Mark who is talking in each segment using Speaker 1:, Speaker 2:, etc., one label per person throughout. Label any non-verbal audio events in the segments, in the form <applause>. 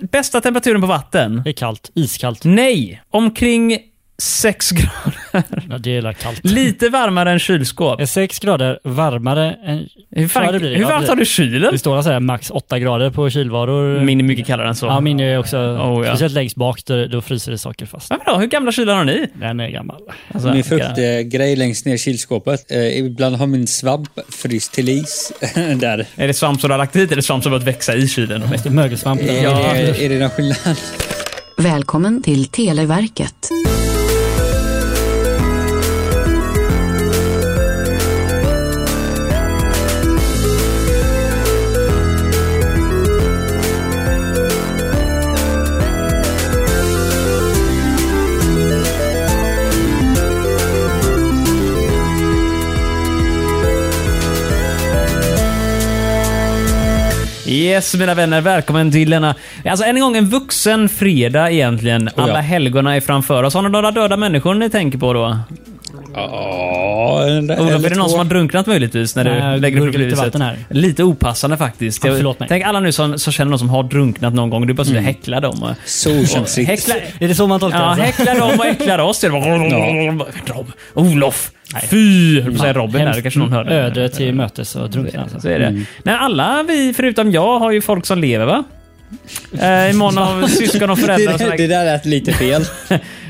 Speaker 1: Bästa temperaturen på vatten?
Speaker 2: Det är kallt. Iskallt.
Speaker 1: Nej, omkring 6 <laughs> grader.
Speaker 2: Ja, det är väl kallt.
Speaker 1: Lite varmare än kylskåp.
Speaker 2: Är 6 grader varmare än...
Speaker 1: Hur,
Speaker 2: Ja,
Speaker 1: fan,
Speaker 2: det blir det.
Speaker 1: hur
Speaker 2: Ja,
Speaker 1: varmt
Speaker 2: det-
Speaker 1: har du kylen?
Speaker 2: Det står alltså här max 8 grader på kylvaror.
Speaker 1: Min är mycket kallare än så.
Speaker 2: Ja, min är också...
Speaker 1: Oh, ja.
Speaker 2: Speciellt längst bak, där, då fryser det saker fast.
Speaker 1: Ja, vadå? Hur gamla kylar har ni?
Speaker 2: Den är gammal.
Speaker 1: Alltså,
Speaker 3: Min fruktgrej längst ner i kylskåpet. Eh, ibland har min svamp fryst till is <laughs> där.
Speaker 1: Är det svamp som du har lagt hit eller svamp som har börjat växa i <laughs> kylen?
Speaker 2: Mest mögelsvamp. där.
Speaker 3: Är, det, är det någon skillnad?
Speaker 4: Välkommen till Televerket.
Speaker 1: Yes, mina vänner. Välkommen till denna... Alltså, än en gång en vuxen fredag egentligen.
Speaker 3: ja.
Speaker 1: Alla helgona är framför oss. Har ni några döda människor ni tänker på då?
Speaker 3: Ja,
Speaker 1: Olof, är det någon
Speaker 3: två.
Speaker 1: som har drunknat möjligtvis när du
Speaker 2: Nej, jag
Speaker 1: lägger upp
Speaker 2: gurglar lite
Speaker 1: ljuset?
Speaker 2: vatten här.
Speaker 1: Lite opassande faktiskt.
Speaker 2: Ja,
Speaker 1: Jag-
Speaker 2: förlåt mig.
Speaker 1: Tänk alla nu som, som känner någon som har drunknat någon gång. Du bara skulle häckla dem.
Speaker 3: Så okänsligt.
Speaker 1: Häckla,
Speaker 2: Är det så man tolkar
Speaker 1: ja,
Speaker 2: alltså?
Speaker 1: häckla dem och äcklar oss. Det var... Rob, Olof, fy! Jag höll på att säga Robin där. Det kanske någon hörde.
Speaker 2: Öde till mötes och drunkna. alltså.
Speaker 1: Så är det. Nej, alla vi förutom jag har ju folk som lever va? Eh, I mån av syskon och föräldrar.
Speaker 3: <laughs> Det,
Speaker 1: Och sådär.
Speaker 3: där- det där lät
Speaker 1: <laughs>
Speaker 3: lite fel.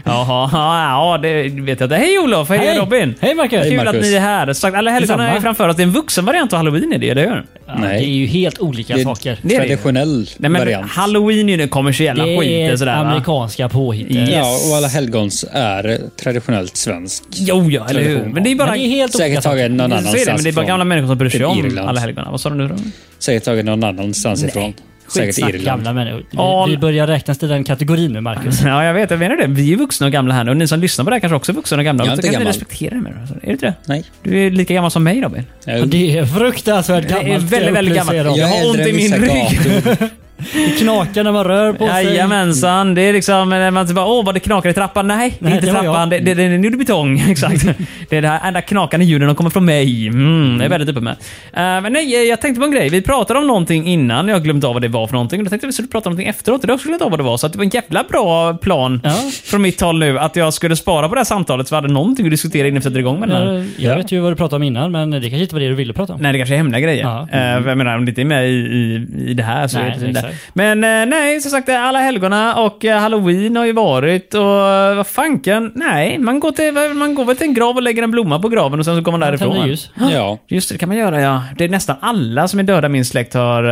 Speaker 1: Jaha, ja, ja, det vet jag inte. Hej Olof! Hej,
Speaker 2: Hej!
Speaker 1: Robin!
Speaker 2: Hej Marcus!
Speaker 1: Kul
Speaker 3: Marcus.
Speaker 1: att ni är här. Sagt, alla helgerna
Speaker 2: Detsamma.
Speaker 1: är framför oss. Det är en vuxen variant av halloween är det, eller hur?
Speaker 2: Ja, det är ju helt olika
Speaker 3: Det-
Speaker 2: saker.
Speaker 1: det är det ju.
Speaker 3: Traditionell
Speaker 1: Nej, men
Speaker 3: variant.
Speaker 1: halloween är ju den kommersiella
Speaker 2: Det
Speaker 1: skiten
Speaker 2: är
Speaker 1: sådär va?
Speaker 2: amerikanska påhitt.
Speaker 3: Ja, och alla helgons är traditionellt svensk.
Speaker 1: Jo, ja, eller hur?
Speaker 3: Tradition.
Speaker 1: Men det är bara...
Speaker 2: Men det är helt olika
Speaker 3: Säkert
Speaker 2: saker.
Speaker 3: tagen någon
Speaker 1: så
Speaker 3: annanstans
Speaker 1: är det, men det är bara
Speaker 3: från-
Speaker 1: gamla människor som bryr sig
Speaker 3: typ
Speaker 1: om
Speaker 3: Irland.
Speaker 1: alla helgona. Vad sa du nu då?
Speaker 3: Säkert tagen någon annanstans ifrån. Säkert
Speaker 2: Skitsnack,
Speaker 3: Irland.
Speaker 2: gamla människor.
Speaker 1: Ja,
Speaker 2: Vi, vi börjar räknas till den kategorin nu, Marcus.
Speaker 1: <laughs> Ja, jag vet. Jag menar det. Vi är vuxna och gamla här nu. Och ni som lyssnar på det här kanske också är vuxna och gamla.
Speaker 3: Jag
Speaker 1: Då
Speaker 3: är inte
Speaker 1: kanske ni
Speaker 3: gammal.
Speaker 1: respekterar det mer. Alltså, Är du inte det?
Speaker 3: Nej.
Speaker 1: Du är lika gammal som mig Robin.
Speaker 3: Jag,
Speaker 2: Det är fruktansvärt
Speaker 1: Det
Speaker 2: gammalt.
Speaker 1: är väldigt, väldigt
Speaker 2: upplyser
Speaker 1: gammalt.
Speaker 2: om.
Speaker 1: Jag
Speaker 3: jag är
Speaker 1: har ont
Speaker 3: äldre
Speaker 1: i
Speaker 3: än
Speaker 1: min
Speaker 3: vissa
Speaker 1: rygg. <laughs>
Speaker 3: gator.
Speaker 2: Det knakar när man rör på sig.
Speaker 1: Jajamensan. Det är liksom, när man typ bara, åh vad det knakar i trappan. Nej, det är
Speaker 2: Nej,
Speaker 1: inte
Speaker 2: det var
Speaker 1: trappan. Det,
Speaker 2: jag.
Speaker 1: det, det, nu är det betong. <laughs> Exakt. det är det här enda knakande ljuden de kommer från mig. Mm, det är väldigt uppe med. Eh, men nej, eh, jag tänkte på en grej. Vi pratade om någonting innan. Jag har glömt av vad det var för någonting. Då tänkte jag vi skulle prata om någonting efteråt. och då har Jag också glömt av vad det var. Så att det var en jävla bra plan
Speaker 2: Ja.
Speaker 1: från mitt håll nu. Att jag skulle spara på det här samtalet så vi hade någonting att diskutera innan vi sätter igång med den här.
Speaker 2: Jag, jag vet ju vad du pratade om innan, men det kanske inte var det du ville prata om.
Speaker 1: Nej, det kanske är hemliga grejer.
Speaker 2: Ja.
Speaker 1: Eh, jag menar, om det inte är med i, i, i det här så
Speaker 2: Nej,
Speaker 1: är det inte det.
Speaker 2: exakt.
Speaker 1: Men eh, nej, som sagt, eh, alla helgona och eh, halloween har ju varit och eh, vad fanken, nej, man går, till, man går väl till en grav och lägger en blomma på graven och sen så går man därifrån.
Speaker 2: Tänder ljus.
Speaker 3: Ja.
Speaker 1: Just det, det kan man göra ja. Det är nästan alla som är döda i min släkt har,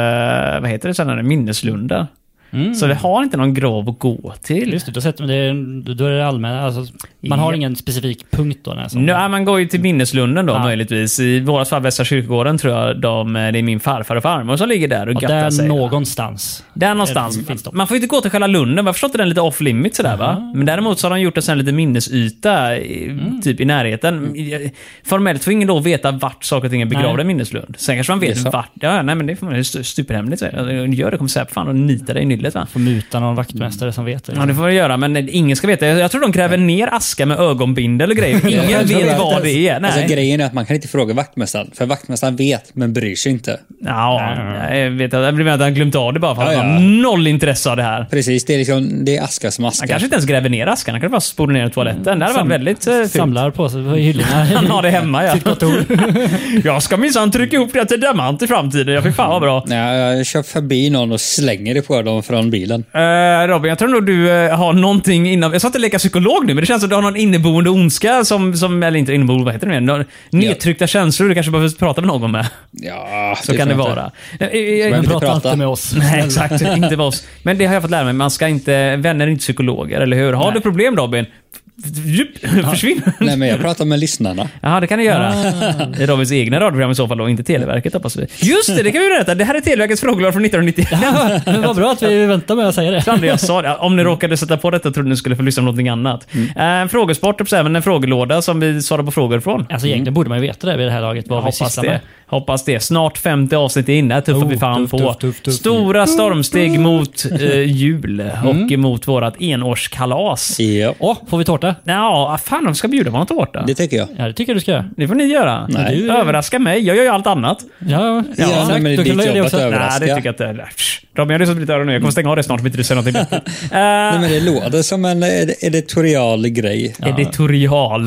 Speaker 1: eh, vad heter det, sådana där minneslunda. Så vi har inte någon grav att gå till.
Speaker 2: Mm. Just det, då, sätter man det, då är det allmänna. Alltså, man har
Speaker 1: Ja.
Speaker 2: ingen specifik punkt då. När, som,
Speaker 1: Nej, man går ju till minneslunden då
Speaker 2: Ja.
Speaker 1: möjligtvis. I vårat fall, Västra kyrkogården, tror jag de, eh, det är min farfar och farmor som ligger där och
Speaker 2: ja,
Speaker 1: gattar
Speaker 2: där
Speaker 1: sig.
Speaker 2: någonstans.
Speaker 1: Där någonstans.
Speaker 2: Det finns de.
Speaker 1: Man får ju inte gå till själva lunden, jag förstår inte den är lite off limit sådär va? Men däremot så har de gjort en sån här liten minnesyta, i- typ i närheten. Formellt får ingen då veta vart saker och ting är begravda
Speaker 2: Nej.
Speaker 1: i minneslund. Sen kanske man vet
Speaker 3: Jaså?
Speaker 1: vart. Ja, ja, nej men det får man- det är stu- superhemligt. så är det. Om du Alltså, Gör det kommer säga fan och nita dig i nyllet va?
Speaker 2: Får muta någon vaktmästare som vet det.
Speaker 1: Ja, det får man göra, men ingen ska veta. Jag jag tror de gräver ner aska med ögonbindel och grejer. Ingen vet vad det är.
Speaker 3: Alltså,
Speaker 1: Nej.
Speaker 3: grejen är att man kan inte fråga vaktmästaren, för vaktmästaren vet men bryr sig inte.
Speaker 1: Ja, jag vet inte. Det blir med att han glömt av det bara för att
Speaker 3: Ja,
Speaker 1: han
Speaker 3: ja.
Speaker 1: har noll intresse av det här.
Speaker 3: Precis, det är, liksom, det är aska som aska.
Speaker 1: Han kanske inte ens gräver ner askan. Han kanske bara spolar ner i toaletten. Det hade varit väldigt eh, fult.
Speaker 2: Samlar på sig på hyllorna.
Speaker 1: <laughs> Han har det hemma ja. <laughs> jag ska minsann trycka ihop det till diamant i framtiden. Jag fick fan vad bra.
Speaker 3: Nej, jag kör förbi någon och slänger det på dem från bilen.
Speaker 1: Eh, Robin, jag tror nog du eh, har någonting inom... Jag sa inte leka psykolog nu, men det känns som att du har någon inneboende ondska som... som eller inte inneboende, vad heter det mer? Några Nedtryckta känslor du kanske behöver prata med någon med.
Speaker 3: Ja,
Speaker 1: Så kan det
Speaker 3: får jag
Speaker 1: vara. Eh, eh,
Speaker 3: Men
Speaker 2: Men
Speaker 3: inte
Speaker 2: prata
Speaker 3: prata.
Speaker 2: inte med oss.
Speaker 1: Nej, exakt. Inte med oss. Men det har jag fått lära mig. Man ska inte... Vänner är inte psykologer, eller hur? Har du problem Robin? f- f- Försvinn!
Speaker 3: inte. Nej, men jag pratar med lyssnarna.
Speaker 1: Ja, det kan du göra.
Speaker 2: Ah.
Speaker 1: I Robins egna radioprogram i så fall då, inte Televerket hoppas vi. Just det, det kan vi berätta. Det här är Televerkets frågelåda från <laughs> 1990.
Speaker 2: Men vad bra att vi väntar med att säga det.
Speaker 1: Fan, det jag sa det. Om ni råkade sätta på detta trodde ni skulle få lyssna på någonting annat. Mm. Eh, frågesport, och även en frågelåda som vi svarar på frågor från.
Speaker 2: Alltså egentligen borde man ju veta det vid det här laget, vad vi
Speaker 1: Mm. Hoppas
Speaker 2: sysslar
Speaker 1: det.
Speaker 2: med.
Speaker 1: Hoppas det. Snart 50 avsnitt in. Det här tuffar
Speaker 2: Oh,
Speaker 1: vi fan
Speaker 2: tuff,
Speaker 1: på.
Speaker 2: tuff, tuff, tuff. Mm.
Speaker 1: Stora stormsteg mot eh, jul och mot vårat enårskalas.
Speaker 3: Ja.
Speaker 2: Åh, får vi tårta? tårta?
Speaker 1: Ja, fan de ska bjuda på någon tårta.
Speaker 3: Det tycker jag.
Speaker 2: Ja, det tycker jag du ska göra.
Speaker 1: Det får ni göra.
Speaker 3: Nej.
Speaker 1: Du- Överraska mig. Jag gör ju allt annat.
Speaker 2: Ja,
Speaker 3: Ja, men det är
Speaker 2: Då kan
Speaker 3: ditt
Speaker 2: du göra
Speaker 3: jobb
Speaker 2: det
Speaker 3: att
Speaker 2: också.
Speaker 3: Överraska.
Speaker 1: Nej, det tycker jag inte. Nej, psch. Robin, jag har lyssnat på ditt öra nu. Jag kommer stänga av det snart om inte du säger någonting.
Speaker 3: <laughs> Nej,
Speaker 1: uh,
Speaker 3: men det låter som en eh, editorial grej.
Speaker 1: editorial.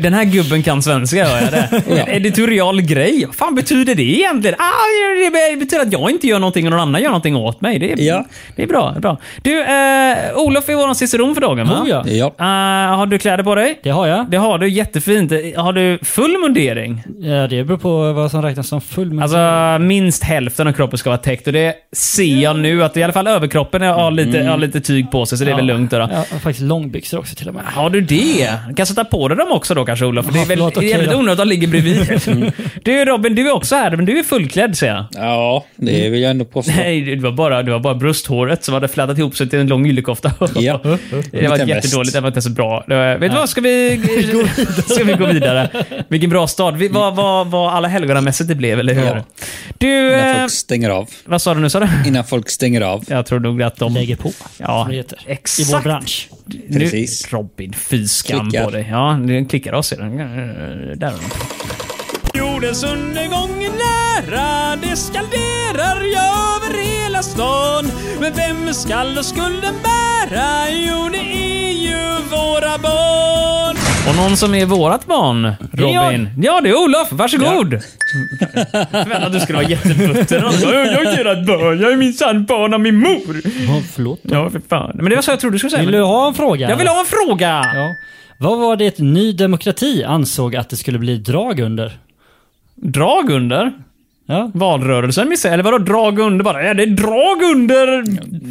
Speaker 1: Den här gubben kan svenska, hör jag
Speaker 3: <laughs>
Speaker 1: det. En Editorial grej. Vad fan betyder det egentligen? Ah, det betyder att jag inte gör någonting och någon annan gör någonting åt mig. Det är,
Speaker 3: Ja.
Speaker 1: det är bra. det är bra. Du, eh, Olof är vår ciceron för dagen, va?
Speaker 2: Oh, ja.
Speaker 3: Ja.
Speaker 1: Eh, har du kläder på dig?
Speaker 2: Det har jag.
Speaker 1: Det har du. Jättefint. Har du full mundering?
Speaker 2: Ja, det beror på vad som räknas som full. men-
Speaker 1: Alltså minst hälften av kroppen ska vara täckt och det ser jag nu att i alla fall överkroppen har lite, har lite tyg på sig så det är väl lugnt. Då. Ah. då.
Speaker 2: Ja, jag har faktiskt långbyxor också till och med.
Speaker 1: Har du det? Kan sätta på dig dem också då kanske Olof? För det är
Speaker 2: Ja,
Speaker 1: väl
Speaker 2: förlåt,
Speaker 1: det är
Speaker 2: okej
Speaker 1: jävligt
Speaker 2: då.
Speaker 1: onödigt att de ligger bredvid. Du Robin, du är också här men du är fullklädd ser jag.
Speaker 3: ja, det vill jag ändå påstå.
Speaker 1: Mm. Nej, det var bara, det var bara brösthåret som hade flätat ihop sig till en lång yllekofta.
Speaker 3: Ja.
Speaker 1: Det var
Speaker 3: Lite
Speaker 1: jättedåligt.
Speaker 3: mest.
Speaker 1: Det var inte så bra. Det var, vet du vad? Ska vi, ska vi gå vidare? Vilken bra start. Vi, vad, vad, vad alla helgonamässigt det blev, eller hur?
Speaker 3: Ja.
Speaker 1: Du,
Speaker 3: Innan
Speaker 1: eh,
Speaker 3: folk stänger av.
Speaker 1: vad sa du nu? Sa du?
Speaker 3: Innan folk stänger av.
Speaker 1: Jag tror nog att de...
Speaker 2: Lägger på.
Speaker 1: Ja,
Speaker 2: som det heter.
Speaker 1: exakt.
Speaker 2: I vår bransch.
Speaker 1: Nu,
Speaker 3: Precis.
Speaker 1: Robin, fy skam
Speaker 3: Klickar.
Speaker 1: på dig. Ja, den klickar av sig. Den, eh, Där har den. Jordens undergång är nära, det skanderar jag över hela stan. Men vem skall då skulden bära? Jo, det är ju våra barn. Och någon som är vårat barn, Robin. Ja, det är Olof. Varsågod. Ja. Men att du skulle vara jättebutter. Jag är ert barn. Jag är minsann barn av min mor.
Speaker 2: Ja, förlåt.
Speaker 1: Ja, för fan. Mm. Men det var så jag trodde du skulle säga.
Speaker 2: Vill du ha en fråga?
Speaker 1: Jag vill ha en fråga!
Speaker 2: Ja. Vad var det Ny Demokrati ansåg att det skulle bli drag under?
Speaker 1: Drag under?
Speaker 2: Ja.
Speaker 1: Valrörelsen missade Eller vadå drag under bara? Ja, det är drag under...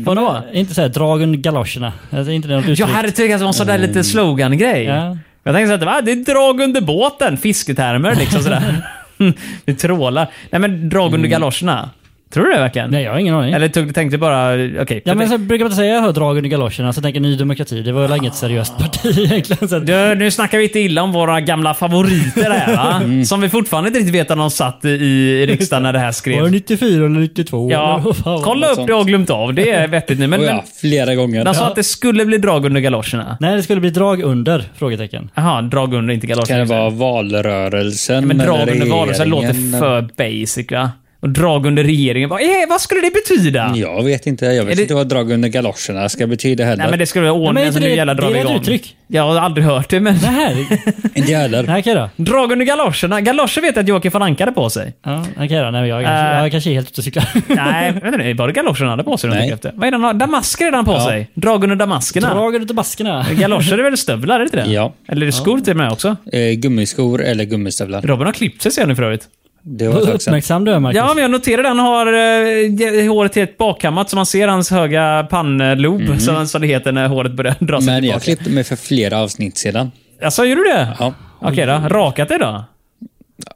Speaker 1: Vadå?
Speaker 2: Inte såhär drag under galoscherna. Alltså, inte något uttryck.
Speaker 1: Jag hade tyckt att det var en sån där lite slogan-grej.
Speaker 2: Ja.
Speaker 1: Mm. Jag tänkte så att det var- det är drag under båten, fisketermer liksom <laughs> sådär. Vi trålar. Nej men drag under galoscherna. Tror du det verkligen?
Speaker 2: Nej, jag har ingen aning.
Speaker 1: Eller tog, tänkte bara, okej.
Speaker 2: Ja, men så brukar man inte säga jag hör drag under galoscherna, så tänker Ny Demokrati, det var väl inget
Speaker 1: Ah.
Speaker 2: seriöst parti <laughs> egentligen. Så att,
Speaker 1: Du, nu snackar vi inte illa om våra gamla favoriter här <laughs> va? Som vi fortfarande inte riktigt vet om de satt i, i riksdagen när det här
Speaker 2: var det
Speaker 1: skrevs.
Speaker 2: 94 eller 92?
Speaker 1: Ja,
Speaker 2: Eller vad <laughs> fan var det?
Speaker 1: kolla upp det jag har glömt av. Det är vettigt nu. Men,
Speaker 3: Och
Speaker 1: men
Speaker 3: Oh,
Speaker 1: alltså,
Speaker 3: ja, flera gånger.
Speaker 1: de sa att det skulle bli drag under galoscherna.
Speaker 2: Nej, det skulle bli drag under? Frågetecken.
Speaker 1: Jaha, drag under, inte
Speaker 3: Kan
Speaker 1: galoscherna.
Speaker 3: det vara valrörelsen?
Speaker 1: Men drag
Speaker 3: eller
Speaker 1: under valrörelsen låter
Speaker 3: regeringen?
Speaker 1: för basic va? Och drag under regeringen, vad, eh, vad skulle det betyda?
Speaker 3: Jag vet inte. Jag vet
Speaker 1: Är det-
Speaker 3: inte vad drag under galoscherna ska betyda heller.
Speaker 1: Nej men det skulle vara
Speaker 2: Nej, men
Speaker 1: ordningen
Speaker 2: inte
Speaker 1: som nu
Speaker 2: det-
Speaker 1: gäller
Speaker 2: det
Speaker 1: drar
Speaker 2: är
Speaker 1: vi
Speaker 2: ett
Speaker 1: igång.
Speaker 2: uttryck.
Speaker 1: Jag har aldrig hört det men... <laughs>
Speaker 2: Det här?
Speaker 3: Inte jag heller.
Speaker 2: Nej, okej då.
Speaker 1: Drag under galoscherna. Galoscher vet jag att Joakim von Anka hade på sig.
Speaker 2: Ja, okej då. Nej, men jag, kanske,
Speaker 1: Äh.
Speaker 2: jag kanske är helt ute och cyklar. <laughs>
Speaker 1: Nej, vänta nu. Var det galoscherna han hade på sig?
Speaker 3: Nej.
Speaker 1: Nej. Efter? Vad är det han har? Damasker hade han på sig. Drag under damaskerna.
Speaker 2: Drag under baskerna.
Speaker 1: Galoscher är väl stövlar? Är det inte det?
Speaker 3: Ja.
Speaker 1: Eller är det skor till och med också?
Speaker 3: Eh, gummiskor eller gummistövlar.
Speaker 1: Robin har klippt sig ser jag nu för övrigt.
Speaker 3: Det var ett tag sedan.
Speaker 2: Uppmärksam du är, Marcus.
Speaker 1: Ja, men jag noterade han har eh, håret helt bakkammat så man ser hans höga pannlob, som, som det heter när håret börjar dra sig
Speaker 3: Mhm. Men jag
Speaker 1: tillbaka.
Speaker 3: klippte mig för flera avsnitt sedan.
Speaker 1: Alltså, gör du det?
Speaker 3: Ja.
Speaker 1: Okej då. Rakat dig då?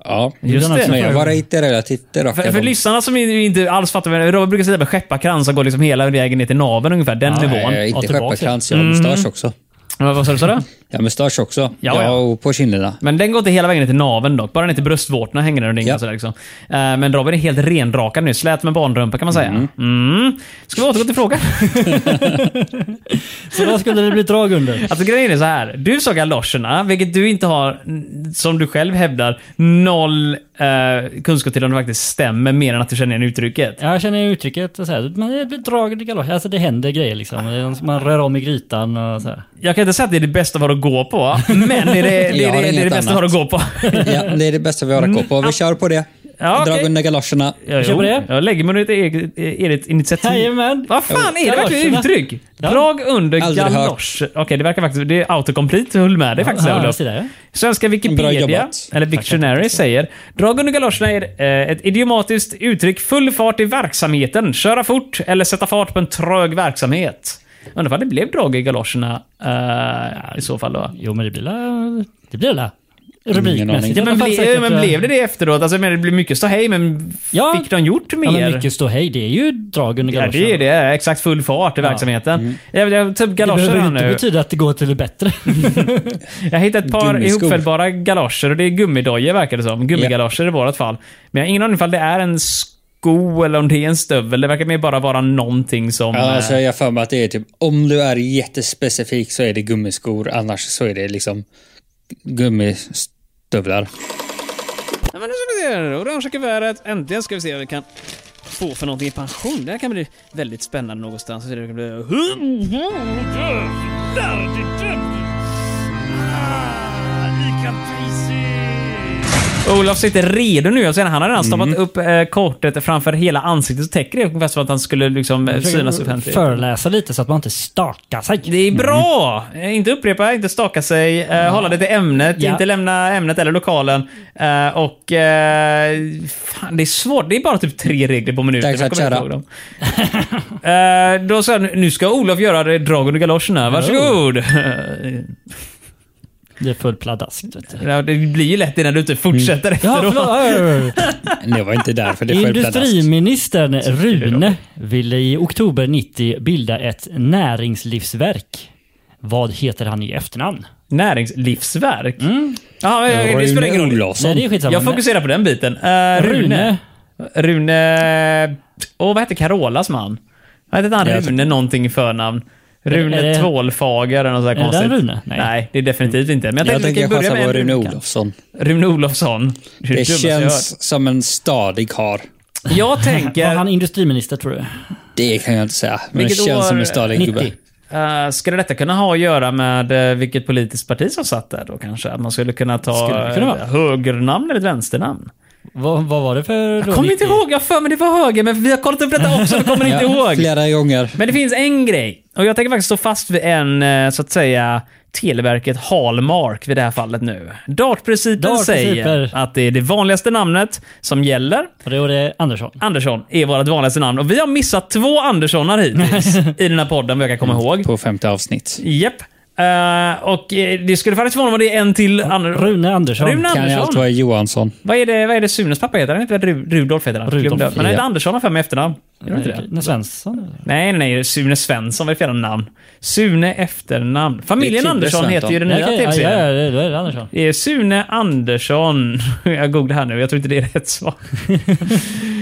Speaker 3: Ja.
Speaker 1: Just det.
Speaker 3: Men jag var inte relativt rak.
Speaker 1: För,
Speaker 3: Jag var-
Speaker 1: för lyssnarna som ju inte alls fattar vad Robin brukar säga med skepparkrans som går liksom hela vägen ner till naveln ungefär. Den nivån.
Speaker 3: Nej,
Speaker 2: och
Speaker 3: inte
Speaker 2: tillbaka.
Speaker 3: skepparkrans. Jag har mustasch också.
Speaker 1: Men Vad sa du?
Speaker 3: <laughs>
Speaker 1: sa du?
Speaker 3: Jag har mustasch också.
Speaker 1: Mm. ja.
Speaker 3: Ja, och på kinderna.
Speaker 1: Men den går inte hela vägen ner till naveln dock. Bara ner till bröstvårtorna hänger den och
Speaker 3: Ja.
Speaker 1: ja. sådär liksom. Eh, Men Robin är helt renrakad nu. Slät med barnrumpa kan man säga.
Speaker 3: Mhm.
Speaker 1: Mm. Ska vi återgå till frågan?
Speaker 2: Så vad skulle det bli drag under?
Speaker 1: Alltså grejen är så här. Du sa galoscherna, vilket du inte har, n- som du själv hävdar, noll eh, kunskap till om det faktiskt stämmer mer än att du känner igen uttrycket.
Speaker 2: Ja, Jag känner ju uttrycket så här, men det blir drag under galoscherna. Alltså det händer grejer liksom. Man rör om i grytan och så här.
Speaker 1: Jag kan inte säga att det är det bästa vi har att gå på, men det är
Speaker 3: <laughs>
Speaker 1: det, det, är
Speaker 3: Jag har
Speaker 1: det, det, är det
Speaker 3: inget
Speaker 1: bästa vi har att gå
Speaker 2: <laughs>
Speaker 1: på.
Speaker 3: Ja, det är det bästa vi har att gå på. Vi kör på det.
Speaker 1: Mm. Ja,
Speaker 3: Drag
Speaker 1: okej.
Speaker 3: under galoscherna.
Speaker 1: Ja,
Speaker 2: kör på
Speaker 1: jo.
Speaker 2: det.
Speaker 1: Jag lägger mig under ett eget, eget initiativ.
Speaker 2: Jajamän.
Speaker 1: Vad fan är det verkligen
Speaker 2: Galoscherna.
Speaker 1: uttryck?
Speaker 2: Ja.
Speaker 1: Drag under
Speaker 3: Aldrig hört.
Speaker 1: galosch. Okej, det verkar faktiskt... Det är autocomplete. Håll med dig faktiskt,
Speaker 2: Ja,
Speaker 1: Olof.
Speaker 2: se där, ja.
Speaker 1: Svenska
Speaker 3: Bra
Speaker 1: Wikipedia,
Speaker 3: jobbat.
Speaker 1: eller Dictionary, säger Drag under galoscherna är eh, ett idiomatiskt uttryck full fart i verksamheten, köra fort eller sätta fart på en trög verksamhet. Undrar vad det blev drag i galoscherna eh, i så fall då.
Speaker 2: Jo, men det blir la... Det blir la...
Speaker 3: aning.
Speaker 2: Rubrikmässigt.
Speaker 1: Ja, men,
Speaker 2: Fan,
Speaker 1: ble,
Speaker 2: säkert,
Speaker 1: men
Speaker 2: eh,
Speaker 1: blev det det efteråt? Alltså, jag menar, det blev mycket ståhej, men
Speaker 2: Ja.
Speaker 1: fick de gjort mer?
Speaker 2: Ja, men mycket stå hej. Det är ju drag under
Speaker 1: Ja,
Speaker 2: galoscherna.
Speaker 1: det är det. Exakt full fart i verksamheten. Jag, jag, typ
Speaker 2: Mm. Det
Speaker 1: galoscher
Speaker 2: behöver
Speaker 1: här
Speaker 2: ju inte
Speaker 1: nu.
Speaker 2: betyda att det går till det bättre.
Speaker 1: Jag hittade ett par
Speaker 3: Gummiskor.
Speaker 1: ihopfällbara galoscher och det är gummidojor verkar det som. Gummigaloscher i vårt fall. Men jag har ingen aning ifall det är en sko eller om det är en stövel. Det verkar mer bara vara någonting som...
Speaker 3: Ja,
Speaker 1: eh,
Speaker 3: alltså jag har för mig att det är typ, om du är jättespecifik så är det gummiskor, annars så är det liksom gummistövlar.
Speaker 1: Ja, men nu ska vi se. det Orangea kuvertet. Äntligen ska vi se vad vi kan få för någonting i pension. Det här kan bli väldigt spännande någonstans. Så det kan bli... Olof sitter redo nu. Jag ser, han har redan stoppat upp eh, kortet framför hela ansiktet och täcker det ungefär som att han skulle liksom, eh,
Speaker 2: <laughs>
Speaker 1: synas offentligt.
Speaker 2: Föreläsa lite så att man inte stakar sig.
Speaker 1: Det
Speaker 3: Mm.
Speaker 1: är bra! Eh, Inte upprepa, inte staka sig, eh, hålla det till ämnet,
Speaker 2: Ja.
Speaker 1: inte lämna ämnet eller lokalen. Eh, och... Eh, fan, det är svårt. Det är bara typ tre regler på minuten.
Speaker 3: Dags att
Speaker 1: Jag kommer
Speaker 3: köra.
Speaker 1: inte ihåg dem. eh, då sa jag, nu- nu ska Olof göra det, drag under galoscherna. Varsågod!
Speaker 2: Det är full pladask. Vet
Speaker 1: <laughs>
Speaker 2: du.
Speaker 1: Ja, det blir ju lätt det när du inte fortsätter
Speaker 3: Mm.
Speaker 2: Ja,
Speaker 1: <laughs> efteråt.
Speaker 2: förlåt.
Speaker 3: Det var inte därför det självblandas.
Speaker 2: Industriministern Rune ville i oktober 90 bilda ett näringslivsverk. Vad heter han i efternamn?
Speaker 1: Näringslivsverk?
Speaker 3: Mm.
Speaker 1: Ja, men, det spelar ingen
Speaker 3: Rune
Speaker 1: roll.
Speaker 2: Nej, det är
Speaker 3: Olofsson.
Speaker 2: skitsamma.
Speaker 1: Jag fokuserar på den biten. Eh, Rune.
Speaker 2: Rune.
Speaker 1: Rune... Åh, vad hette Carolas man? Vad hette han?
Speaker 3: Ja, jag
Speaker 1: Rune någonting i förnamn.
Speaker 2: Är
Speaker 1: Rune
Speaker 2: det-
Speaker 1: Tvålfager eller något sådär
Speaker 2: Är det
Speaker 1: konstigt.
Speaker 2: den Rune?
Speaker 1: Nej.
Speaker 2: Nej.
Speaker 1: det är definitivt inte. Men jag
Speaker 3: Jag
Speaker 1: tänkte, vi
Speaker 3: tänker
Speaker 1: kan börja
Speaker 3: chansa
Speaker 1: med
Speaker 3: på
Speaker 1: en
Speaker 3: Rune
Speaker 1: Rune Olofsson.
Speaker 3: Olofsson.
Speaker 1: Rune Olofsson. Det är
Speaker 3: Det
Speaker 1: dummaste jag hört.
Speaker 3: känns som en stadig kar. <laughs>
Speaker 1: Jag
Speaker 2: Var han
Speaker 1: tänker...
Speaker 2: industriminister tror du?
Speaker 3: Det kan jag inte säga, men
Speaker 1: Vilket
Speaker 3: det känns
Speaker 1: år-
Speaker 3: som en stadig
Speaker 2: 90.
Speaker 3: gubbe.
Speaker 1: Uh, skulle detta kunna ha att göra med eh, vilket politiskt parti som satt där då kanske? Att man skulle kunna ta
Speaker 2: Skulle det kunna
Speaker 1: eh,
Speaker 2: vara?
Speaker 1: högernamn eller ett vänsternamn?
Speaker 2: Vad, vad var det för då
Speaker 1: Jag kommer inte
Speaker 2: 90?
Speaker 1: ihåg, jag har för mig det var höger, men vi har kollat upp detta också, vi kommer inte
Speaker 3: Ja,
Speaker 1: ihåg.
Speaker 3: flera gånger.
Speaker 1: Men det finns en grej. Och jag tänker faktiskt stå fast vid en, eh, så att säga, Televerket Hallmark vid det här fallet nu. Dartprincipen
Speaker 2: Dartprinciper.
Speaker 1: säger att det är det vanligaste namnet som gäller.
Speaker 2: Och det var det Andersson.
Speaker 1: Andersson är vårt vanligaste namn och vi har missat två Anderssonar
Speaker 2: <laughs>
Speaker 1: hittills i den här podden vad jag kan komma ihåg.
Speaker 3: På femte avsnitt.
Speaker 1: Japp. Eh, och eh, det skulle faktiskt förvåna mig om det är en till Ander-
Speaker 2: Rune Andersson.
Speaker 1: Rune
Speaker 3: Kan ju
Speaker 1: Andersson.
Speaker 3: allt vara Johansson.
Speaker 1: Vad är det, vad är det Sunes pappa heter? Han heter väl Ru- Rudolf heter han.
Speaker 2: Rudolf,
Speaker 1: Glömde. Men han heter
Speaker 3: ja.
Speaker 1: Andersson har för mig efternamn. Gör han inte det?
Speaker 2: Rune Svensson?
Speaker 1: Nej, nej, nej. Sune Svensson var ett fel namn. Sune efternamn. Familjen
Speaker 3: Det är Kibbe
Speaker 1: Andersson
Speaker 3: Svensson.
Speaker 1: heter ju den
Speaker 2: Nej,
Speaker 1: nya
Speaker 2: okej, ja,
Speaker 1: tv-serien.
Speaker 2: ja, det- då är det Andersson.
Speaker 1: Det är Sune Andersson. <laughs> Jag googlar här nu. Jag tror inte det är rätt
Speaker 2: <laughs>
Speaker 1: svar.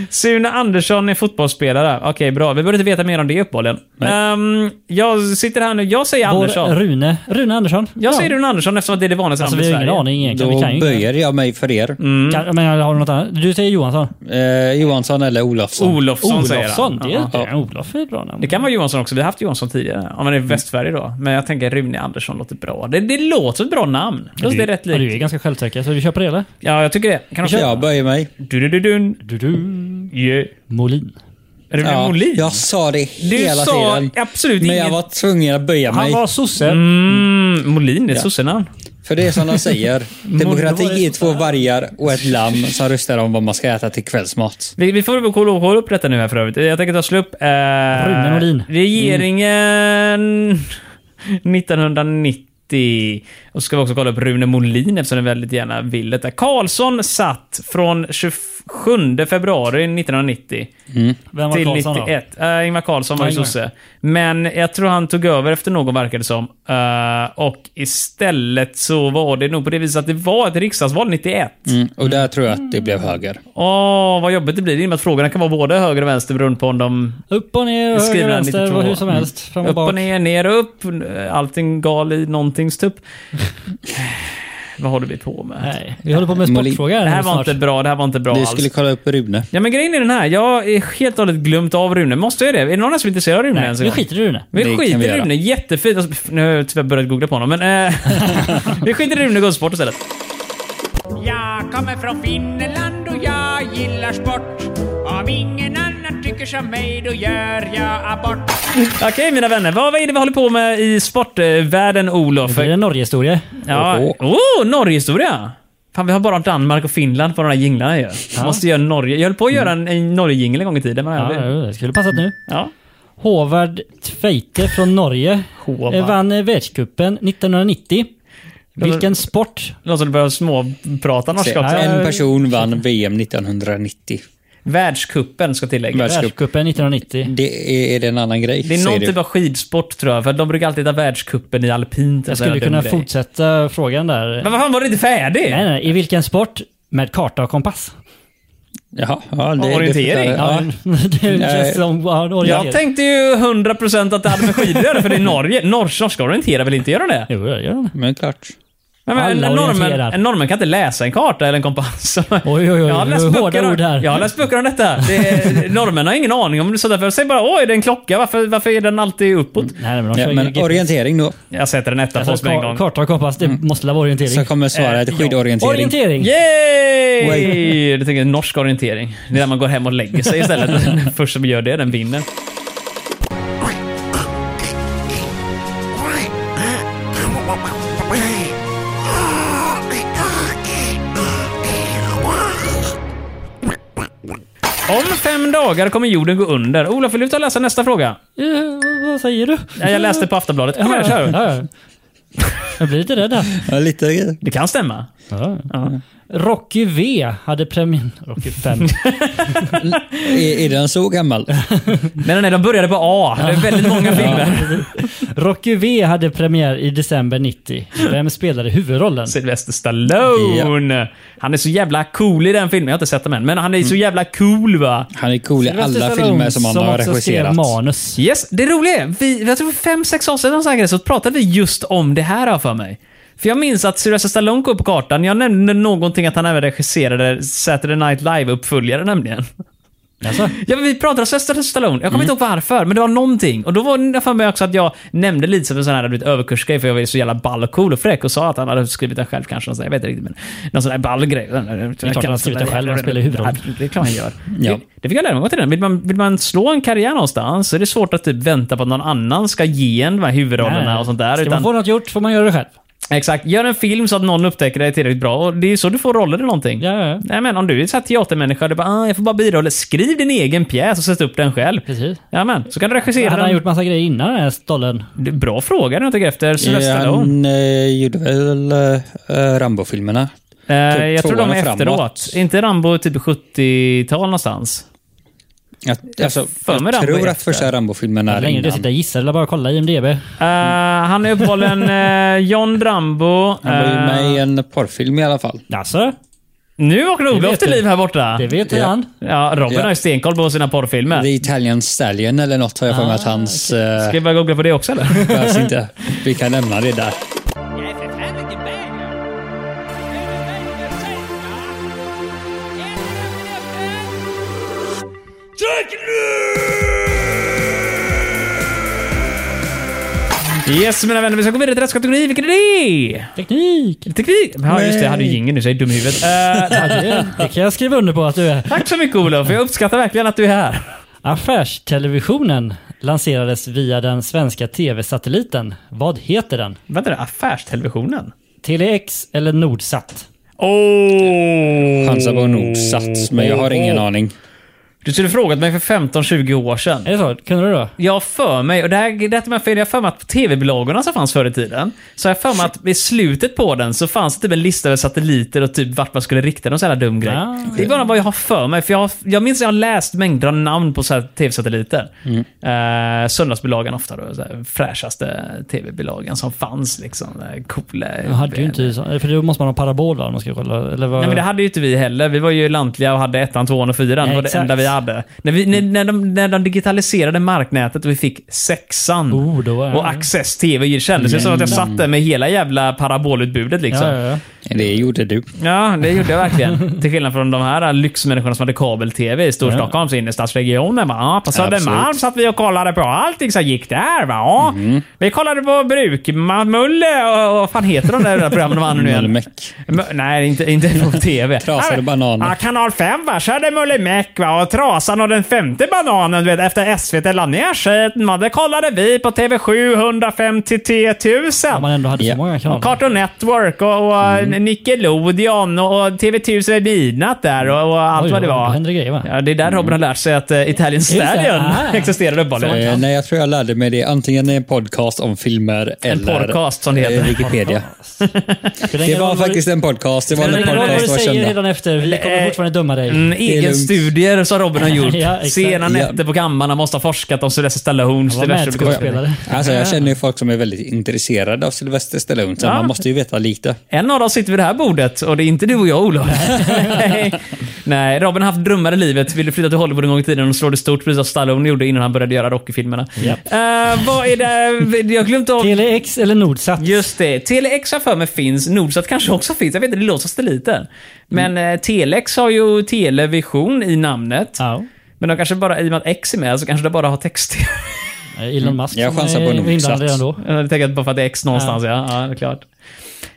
Speaker 1: Sune Andersson är fotbollsspelare. Okej, bra. Vi borde inte veta mer om det uppehållen. Ehm, jag sitter här nu. Jag säger
Speaker 2: Vår
Speaker 1: Andersson.
Speaker 2: Rune. Rune Andersson.
Speaker 1: Jag säger Rune Andersson eftersom det är det vanligaste
Speaker 2: Alltså
Speaker 1: namnet
Speaker 2: vi
Speaker 1: i
Speaker 2: har
Speaker 1: Sverige.
Speaker 2: ingen
Speaker 1: Mm.
Speaker 2: aning egentligen.
Speaker 3: Då
Speaker 2: vi kan ju Mm.
Speaker 3: böjer jag mig för er.
Speaker 2: Kan, men har du något annat? Du säger Johansson.
Speaker 3: Eh, Johansson eller Olofsson.
Speaker 1: Olofsson, säger han.
Speaker 2: Olofsson. Det är,
Speaker 1: Ja.
Speaker 2: ja. Olof är ett bra namn.
Speaker 1: Det kan vara Johansson också. Vi har haft Johansson tidigare. Om man
Speaker 2: Mm.
Speaker 1: är i Västsverige då. Men jag tänker Rune Andersson låter bra. Det, det låter som ett bra namn. Plus det är rätt
Speaker 2: Ja, du är
Speaker 1: likt.
Speaker 2: ganska självsäker, så du köper det eller?
Speaker 1: Ja, jag tycker det. Kan du
Speaker 3: jag böjer mig.
Speaker 1: Du, du, du, dun.
Speaker 2: Du, du.
Speaker 1: Yeah.
Speaker 2: Molin.
Speaker 1: Rune
Speaker 3: Ja,
Speaker 1: Molin?
Speaker 3: jag sa det
Speaker 1: du
Speaker 3: hela
Speaker 1: sa
Speaker 3: tiden.
Speaker 1: absolut
Speaker 3: Men
Speaker 1: inget.
Speaker 3: jag var tvungen att böja mig.
Speaker 2: sosse.
Speaker 1: Mm, Molin är sossenamn.
Speaker 3: För det är som
Speaker 1: <laughs>
Speaker 3: de säger. Demokrati är två vargar och ett lamm som röstar om vad man ska äta till kvällsmat.
Speaker 1: Vi, vi får väl kolla, kolla upp detta nu här för övrigt. Jag tänker ta slupp. Eh, Rune
Speaker 2: Molin.
Speaker 1: Regeringen 1990. Och så ska vi också kolla upp Rune Molin eftersom den väldigt gärna vill detta. Karlsson satt från 27 februari 1990
Speaker 2: Vem var
Speaker 1: till
Speaker 2: Karlsson då?
Speaker 1: 91. Eh, Ingvar Carlsson var ju
Speaker 2: Ja, Ingvar.
Speaker 1: sosse. Men jag tror han tog över efter någon verkar det som. Eh, och istället så var det nog på det viset att det var ett riksdagsval 91.
Speaker 3: Mm. Och där tror jag att det blev höger.
Speaker 1: Åh, vad jobbigt det blir. Det innebär att frågorna kan vara både höger och vänster beroende på om de...
Speaker 2: Upp och ner, och höger
Speaker 1: Skriver
Speaker 2: och
Speaker 1: han
Speaker 2: vänster,
Speaker 1: 92.
Speaker 2: vad- hur som helst. Fram
Speaker 1: Mm.
Speaker 2: och
Speaker 1: Upp
Speaker 2: bak.
Speaker 1: och ner, ner och upp. Allting gal i någontings
Speaker 2: <laughs>
Speaker 1: tupp. vad håller vi på med?
Speaker 2: Nej, vi håller på med
Speaker 3: Molin.
Speaker 2: sportfrågor
Speaker 1: Det här
Speaker 2: här
Speaker 1: var
Speaker 2: snart.
Speaker 1: inte bra, det här var inte bra
Speaker 3: Vi
Speaker 1: alls.
Speaker 3: skulle kolla upp Rune.
Speaker 1: Ja men grejen är den här, jag är helt och hållet glömt av Rune. Måste jag det? Är det någon här som är intresserad av Rune
Speaker 2: Nej,
Speaker 1: ens en
Speaker 2: vi
Speaker 1: gång?
Speaker 2: skiter i Rune.
Speaker 1: Vi
Speaker 3: Det
Speaker 1: skiter
Speaker 3: kan vi
Speaker 1: i
Speaker 3: göra.
Speaker 1: Rune, jättefint. Alltså, pff, nu har jag tyvärr börjat googla på honom, men... Eh, <laughs> vi skiter i Rune och går sport istället.
Speaker 5: Jag kommer från Finland och jag gillar sport. Om ingen annan tycker som mig, då gör jag abort.
Speaker 1: Okej mina vänner, vad vad är det vi håller på med i sportvärlden Olof?
Speaker 2: Det är en Norge-historia.
Speaker 1: Ja. Oh, Norgehistoria! Fan, vi har bara Danmark och Finland på de här jinglarna ju. Jag måste göra Norge. Jag höll på att göra en, en Norge-jingel en gång i tiden, men
Speaker 2: Mm. Ja,
Speaker 1: jag aldrig-
Speaker 2: det skulle passat nu.
Speaker 1: ja.
Speaker 2: Håvard Tveite från Norge
Speaker 1: Håvard.
Speaker 2: eh, vann eh, världscupen 1990. Vilken sport?
Speaker 1: Någon som börjar småprata norska också.
Speaker 2: Nej.
Speaker 3: En person vann VM 1990.
Speaker 1: Världskuppen ska tilläggas.
Speaker 3: Världscup.
Speaker 2: Världscupen
Speaker 1: Mm.
Speaker 2: 1990.
Speaker 3: Det är, är det en annan grej.
Speaker 1: Det är
Speaker 3: säger
Speaker 1: någon
Speaker 3: du.
Speaker 1: typ av skidsport tror jag, för de brukar alltid ta världskuppen i alpint.
Speaker 2: Jag skulle kunna
Speaker 1: fortsätta.
Speaker 2: fortsätta frågan där.
Speaker 1: Men vad fan, var det inte färdig?
Speaker 2: Nej, nej, I vilken sport? Med karta och kompass.
Speaker 3: Jaha, ja, det,
Speaker 1: Orientering?
Speaker 3: Det
Speaker 2: Ja, <laughs>
Speaker 3: förklarar- ja.
Speaker 2: men Det
Speaker 3: Nej.
Speaker 2: känns som... Ja, då har jag
Speaker 1: Jag
Speaker 2: fel.
Speaker 1: tänkte ju 100% att det hade med skidor att göra, för det är Norge. Nors, norska orienterar väl inte göra det?
Speaker 2: Jo, jag gör det.
Speaker 3: Men klart.
Speaker 1: Men, men, en,
Speaker 2: Alla
Speaker 1: norrman,
Speaker 2: orienterar.
Speaker 1: en norrman kan inte läsa en karta eller en kompass. <laughs> Oj,
Speaker 2: oj, oj,
Speaker 1: jag har läst
Speaker 2: hårda
Speaker 1: böcker om-
Speaker 2: ord här.
Speaker 1: Jag har läst böcker om detta. Det, norrmän har ingen aning om det, så därför säger bara oj, det är en klocka. Varför, varför är den alltid uppåt?
Speaker 2: Mm, Nej, men de kör
Speaker 3: Ja,
Speaker 2: ju
Speaker 3: men
Speaker 2: GPS.
Speaker 3: orientering då.
Speaker 1: Jag sätter en etta på oss
Speaker 2: Alltså,
Speaker 1: med en gång.
Speaker 2: kar- karta och kompass, det måste väl vara orientering?
Speaker 3: Så Mm.
Speaker 1: Eh,
Speaker 3: kommer svaret skidorientering.
Speaker 2: Orientering!
Speaker 1: Yay! Det tänker jag, norsk orientering. Det är där man går hem och lägger sig istället. <laughs> Den Först som gör det, den vinner. Om fem dagar kommer jorden gå under. Olof, vill du ta och läsa nästa fråga?
Speaker 2: Ja, vad säger du?
Speaker 1: Ja, Jag läste på Aftonbladet. Kom här, kör.
Speaker 2: Ja, ja. Jag blir lite rädd här.
Speaker 1: <laughs>
Speaker 3: Ja, lite.
Speaker 1: Det kan stämma.
Speaker 2: Ja. Rocky V hade premiär... Rocky 5.
Speaker 3: Är, är den så gammal?
Speaker 1: Nej, nej, nej, de började på A. Det är väldigt många filmer.
Speaker 2: Rocky V hade premiär i december 90. Vem spelade huvudrollen?
Speaker 1: Sylvester Stallone. Han är så jävla cool i den filmen. Jag har inte sett den än, men han är så jävla cool va.
Speaker 3: Han är cool i
Speaker 2: Sylvester
Speaker 3: alla
Speaker 2: Stallone,
Speaker 3: filmer som han
Speaker 2: som
Speaker 3: har
Speaker 2: också skrev
Speaker 3: regisserat.
Speaker 2: manus.
Speaker 1: Yes, det roliga är, vi, jag tror fem, sex avsnitt av säkert så pratade vi just om det här har jag för mig. För jag minns att Sylvester Stallone kom upp på kartan. Jag nämnde någonting att han även regisserade Saturday Night Live-uppföljare nämligen.
Speaker 2: Alltså,
Speaker 1: Ja, men vi pratade om Sylvester Stallone. Jag kommer inte
Speaker 2: Mm.
Speaker 1: ihåg varför, men det var någonting. Och då var det för mig också att jag nämnde lite som en sån här du vet, överkursgrej, för jag var ju så jävla ball och cool och fräck och sa att han hade skrivit den själv kanske. Jag vet inte riktigt, men någon sån där ball grej. Det är
Speaker 2: klart han har skrivit den själv, han spelar ju huvudrollen.
Speaker 1: Det är klart han gör.
Speaker 3: Ja.
Speaker 1: Det, det fick jag lära mig till den. Vill man, vill man slå en karriär någonstans så är det svårt att typ vänta på att någon annan ska ge en de här huvudrollerna och sånt där.
Speaker 2: Ska
Speaker 1: Utan,
Speaker 2: man få något gjort får man göra det själv.
Speaker 1: Exakt. Gör en film så att någon upptäcker dig tillräckligt bra. Och det är ju så du får roller eller någonting.
Speaker 2: Ja, ja, ja.
Speaker 1: Nej, men om du är så här teatermänniska, du bara ah, “jag får bara biroller”. Skriv din egen pjäs och sätt upp den själv.
Speaker 2: Precis.
Speaker 1: Ja, men så kan du regissera
Speaker 2: Hade
Speaker 1: den.
Speaker 2: han gjort massa grejer innan den här stollen?
Speaker 1: Det är Bra fråga när jag tänker efter. Sylvester Stallone.
Speaker 3: Han eh, gjorde väl eh, Rambo-filmerna?
Speaker 1: Eh,
Speaker 3: typ
Speaker 1: jag tror de
Speaker 3: tvåan
Speaker 1: är
Speaker 3: och
Speaker 1: efteråt.
Speaker 3: framåt.
Speaker 1: inte Rambo typ 70-tal någonstans?
Speaker 3: Jag, alltså,
Speaker 1: för mig
Speaker 3: jag
Speaker 1: Rambo
Speaker 3: tror att
Speaker 1: efter.
Speaker 3: första Rambo-filmerna
Speaker 2: Hur
Speaker 3: är
Speaker 2: länge du
Speaker 3: innan.
Speaker 2: sitter och gissar eller bara kolla IMDB?
Speaker 1: Eh, han är uppehållen eh, John Rambo.
Speaker 3: Han var ju
Speaker 1: Eh,
Speaker 3: med i en porrfilm i alla fall.
Speaker 2: Alltså,
Speaker 1: nu vaknar Olof
Speaker 2: vet
Speaker 1: till
Speaker 2: du.
Speaker 1: liv här borta.
Speaker 2: det vet
Speaker 3: Ja.
Speaker 2: han.
Speaker 1: Ja, Robin
Speaker 3: Ja.
Speaker 1: har ju stenkoll på sina porrfilmer.
Speaker 3: The Italian Stallion eller något har jag för mig att hans...
Speaker 1: Ah, Ska vi
Speaker 3: eh,
Speaker 1: börja googla på det också eller?
Speaker 3: <laughs> Behövs inte. Vi kan nämna det där.
Speaker 5: Jag är förfärligt i vägen. Jag är förfärligt i vägen. Jag är förfärligt i vägen.
Speaker 1: Yes mina vänner, vi ska gå vidare till nästa kategori. Vilken är det?
Speaker 2: Teknik!
Speaker 1: Teknik? Ja just det, jag hade ju jingeln nu så jag är dum i huvudet. Eh, <laughs>
Speaker 2: Ja, det, det kan jag skriva under på att du är.
Speaker 1: tack så mycket Olof, jag uppskattar verkligen att du är här.
Speaker 2: Affärstelevisionen lanserades via den svenska tv-satelliten. Vad heter den?
Speaker 1: Vänta nu, affärstelevisionen?
Speaker 2: Tele-X eller Nordsat?
Speaker 1: Åh!
Speaker 3: Chansar på Nordsat, men jag har ingen
Speaker 1: Oh.
Speaker 3: aning.
Speaker 1: Du skulle frågat mig för 15-20 år sedan.
Speaker 2: Är det så? Kunde du då?
Speaker 1: Jag har för mig, och det här, detta med fel, jag har för mig att på tv-bilagorna som fanns förr i tiden, så har jag för mig att i slutet på den så fanns det typ en lista över satelliter och typ vart man skulle rikta dem, så jävla dum grej.
Speaker 2: Ah.
Speaker 1: Det är bara vad jag har för mig, för jag, har, jag minns att jag har läst mängder av namn på så här tv-satelliter.
Speaker 2: Mm.
Speaker 1: Eh, söndagsbilagan ofta då, så här, fräschaste tv-bilagan som fanns liksom. eh, Coola...
Speaker 2: Jag hade ju inte så- För då måste man ha parabol va? Om man ska kolla. Eller vad?
Speaker 1: Nej men det hade ju inte vi heller. Vi var ju lantliga och hade ettan, tvåan och fyran. Det
Speaker 2: Ja,
Speaker 1: var det
Speaker 2: exakt.
Speaker 1: enda vi hade. När, vi, när, när, de, när de digitaliserade marknätet och vi fick sexan
Speaker 2: Oh, då var- Mm.
Speaker 1: och Access TV, det kändes ju som att jag satt där med hela jävla parabolutbudet liksom.
Speaker 2: ja,
Speaker 1: Ja,
Speaker 2: ja, ja.
Speaker 3: Det gjorde du.
Speaker 1: det gjorde jag
Speaker 2: <laughs>
Speaker 1: verkligen. Till skillnad från de här lyxmänniskorna som hade kabel-TV i Storstockholms innerstadsregionen. va? Ja, på Södermalm
Speaker 3: Absolut.
Speaker 1: satt vi och kollade på allting som gick där. Va? Ja.
Speaker 2: Mm.
Speaker 1: Vi kollade på Brukmanmulle och och vad fan heter de där programmen de
Speaker 2: <laughs>
Speaker 1: använder nu igen?
Speaker 3: Mölmeck.
Speaker 1: M- Nej, inte, inte på TV.
Speaker 3: Trasade
Speaker 1: Ja,
Speaker 3: bananer.
Speaker 1: Ja, kanal 5 va, körde Mulle Meck va och Trasan och den femte bananen du vet, efter SVT la ner skiten va. Det kollade vi på TV 753 000.
Speaker 2: Om man Mm. ändå hade
Speaker 3: Ja.
Speaker 2: så många
Speaker 1: och
Speaker 2: kanaler.
Speaker 1: Cartoon Network och, och Nickelodeon och, och TV1000 är midnatt där och, och allt
Speaker 2: Oj,
Speaker 1: vad det
Speaker 2: oj,
Speaker 1: var.
Speaker 2: då händer det grejer, va?
Speaker 1: Ja, det är där Robin har lärt sig att uh, Italian
Speaker 2: det.
Speaker 1: Stallion <laughs>
Speaker 2: Ah.
Speaker 1: existerar uppenbarligen.
Speaker 3: Eh, nej, jag tror jag lärde mig det antingen i en podcast om filmer
Speaker 1: En
Speaker 3: eller
Speaker 1: podcast, som det heter.
Speaker 3: eh, Wikipedia. Det var faktiskt en podcast. Det var
Speaker 2: Men
Speaker 3: en
Speaker 2: det var vad du
Speaker 3: podcast som var
Speaker 2: säger
Speaker 3: kända.
Speaker 2: redan efter. Vi kommer
Speaker 1: Eh,
Speaker 2: fortfarande döma dig.
Speaker 1: Mm,
Speaker 3: är
Speaker 1: egen
Speaker 3: lugnt.
Speaker 1: studier som Robin
Speaker 2: <laughs>
Speaker 1: har gjort.
Speaker 2: Ja, exakt.
Speaker 1: Sena
Speaker 3: Ja.
Speaker 1: nätter på kammaren. Han måste ha forskat om Sylvester Stallones
Speaker 2: Han var
Speaker 1: diverse
Speaker 2: mätskådespelare.
Speaker 1: olika-
Speaker 3: Alltså, jag känner ju folk som är väldigt intresserade av Sylvester Stallone, så
Speaker 1: Ja.
Speaker 3: man måste ju veta lite.
Speaker 1: En av dem sitter vid det här bordet och det är inte du och jag Olof. Nej. <laughs> Nej, Robin har haft drömmar i livet, ville flytta till Hollywood en gång i tiden och slå det stort, precis som Stallone gjorde innan han började göra Rocky-filmerna.
Speaker 2: Japp.
Speaker 1: Eh, vad är det? Jag har glömt av...
Speaker 2: Telex eller Nordsat?
Speaker 1: Just det. Telex har för mig finns. Nordsat kanske också finns. Jag vet inte, det låter som satelliten. Men eh, Telex har ju television i namnet.
Speaker 2: Ja.
Speaker 3: Mm.
Speaker 1: Men de kanske bara, i och med att X är med, så kanske de bara har text.
Speaker 2: Elon Musk
Speaker 3: Jag
Speaker 2: som
Speaker 3: chansar på
Speaker 2: är
Speaker 3: Nordsat.
Speaker 2: inblandad redan då.
Speaker 1: <laughs> jag hade tänkt att bara för att det är X någonstans, ja. Ja, det är klart.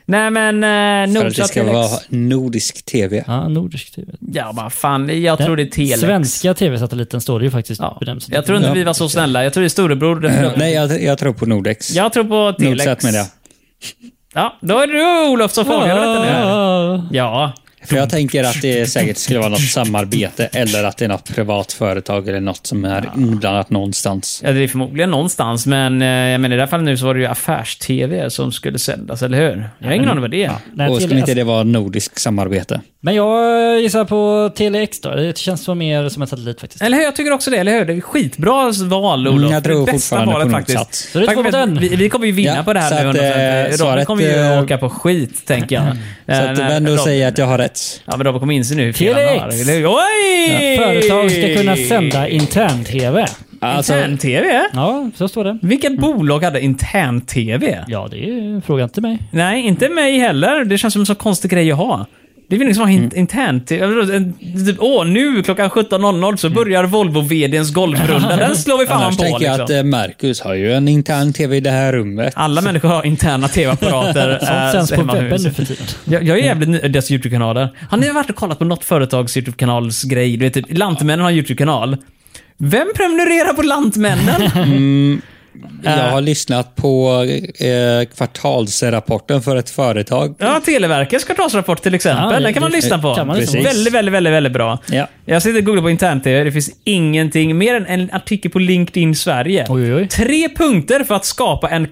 Speaker 1: Nej men, eh,
Speaker 3: För att det
Speaker 1: Nordsat,
Speaker 3: ska
Speaker 1: Telex.
Speaker 3: vara nordisk TV.
Speaker 2: Ja, nordisk tv.
Speaker 1: Ja, vad fan. Jag tror det är Telex.
Speaker 2: Eh, Svenska tv-satelliten står det ju faktiskt
Speaker 1: Ja.
Speaker 2: benämns.
Speaker 1: Jag tror inte
Speaker 3: Ja.
Speaker 1: vi var så snälla. Jag tror det är storebror. det tror jag.
Speaker 3: Nej, jag, jag tror på Nordex.
Speaker 1: Jag tror på Telex.
Speaker 3: Nordsat med det.
Speaker 1: Ja, då är det du Olof som får avgöra detta nu.
Speaker 2: Ja.
Speaker 1: Ja.
Speaker 3: För jag tänker att det säkert skulle vara något samarbete eller att det är något privat företag eller något som är inblandat någonstans.
Speaker 1: Ja, det är förmodligen någonstans, men eh, jag menar, i det här fallet nu så var det ju affärs-tv som skulle sändas, eller hur? Jag har ingen aning vad det är.
Speaker 2: Nej,
Speaker 3: Och
Speaker 2: tele-
Speaker 3: skulle inte det vara nordisk samarbete?
Speaker 2: Men jag gissar på Telex då. Det känns som mer som en satellit faktiskt.
Speaker 1: Eller hur? Jag tycker också det, eller hur? Det är skitbra val, Olof.
Speaker 3: Mm, jag tror
Speaker 1: det är bästa
Speaker 3: fortfarande på
Speaker 1: valet
Speaker 3: något
Speaker 1: faktiskt.
Speaker 3: sätt.
Speaker 2: Så det är två
Speaker 1: Faktum
Speaker 2: mot en.
Speaker 1: vi, vi kommer ju vinna
Speaker 3: Ja,
Speaker 1: på det här
Speaker 3: så
Speaker 1: nu.
Speaker 3: att, eh,
Speaker 1: 100%. Robin
Speaker 3: svaret,
Speaker 1: kommer ju
Speaker 3: eh,
Speaker 1: åka på skit, tänker jag.
Speaker 3: <laughs>
Speaker 1: Eh,
Speaker 3: Så att du ändå säger att jag har rätt.
Speaker 1: Ja, men Robin kommer inse nu hur fel han har.
Speaker 2: Felix!
Speaker 1: Eller hur? Oj!
Speaker 2: Företag ska kunna sända intern-tv.
Speaker 3: Alltså,
Speaker 1: Intern-tv?
Speaker 2: Ja, så står det.
Speaker 1: Vilket bolag hade intern-tv?
Speaker 2: Ja, det är frågan till mig.
Speaker 1: Nej, inte mig heller. Det känns som en så konstig grej att ha. Det är väl ingen som har mm. internt... jag vet inte, en- Typ, åh, nu klockan 17.00 så börjar Volvo-VDns golvrunda. Den slår vi fan
Speaker 3: annars
Speaker 1: på
Speaker 3: tänker jag
Speaker 1: liksom.
Speaker 3: att eh, Marcus har ju en intern TV i det här rummet.
Speaker 1: Alla människor har interna TV-apparater. eh,
Speaker 2: <laughs> Sånt sänds på
Speaker 1: hemma vid
Speaker 2: webben nu
Speaker 1: huset.
Speaker 2: för tiden.
Speaker 1: jag, jag är jävligt ny deras YouTube-kanaler. Har ni varit och kollat på något företags YouTube-kanals grej? Du vet, typ, Lantmännen har en YouTube-kanal. Vem prenumererar på
Speaker 2: <laughs>
Speaker 1: Lantmännen? Eh.
Speaker 3: Jag har lyssnat på eh, kvartalsrapporten för ett företag.
Speaker 1: Ja, Televerkets kvartalsrapport till exempel.
Speaker 2: Ja, det-
Speaker 1: den kan man
Speaker 2: det-
Speaker 1: lyssna på.
Speaker 2: kan man
Speaker 3: lyssna på.
Speaker 1: Väldigt, väldigt, väldigt, väldigt bra.
Speaker 3: Ja.
Speaker 1: Jag sitter och googlar på intern-tv. Det finns ingenting mer än en artikel på LinkedIn Sverige.
Speaker 2: Oj, oj, oj.
Speaker 1: Tre punkter för att skapa en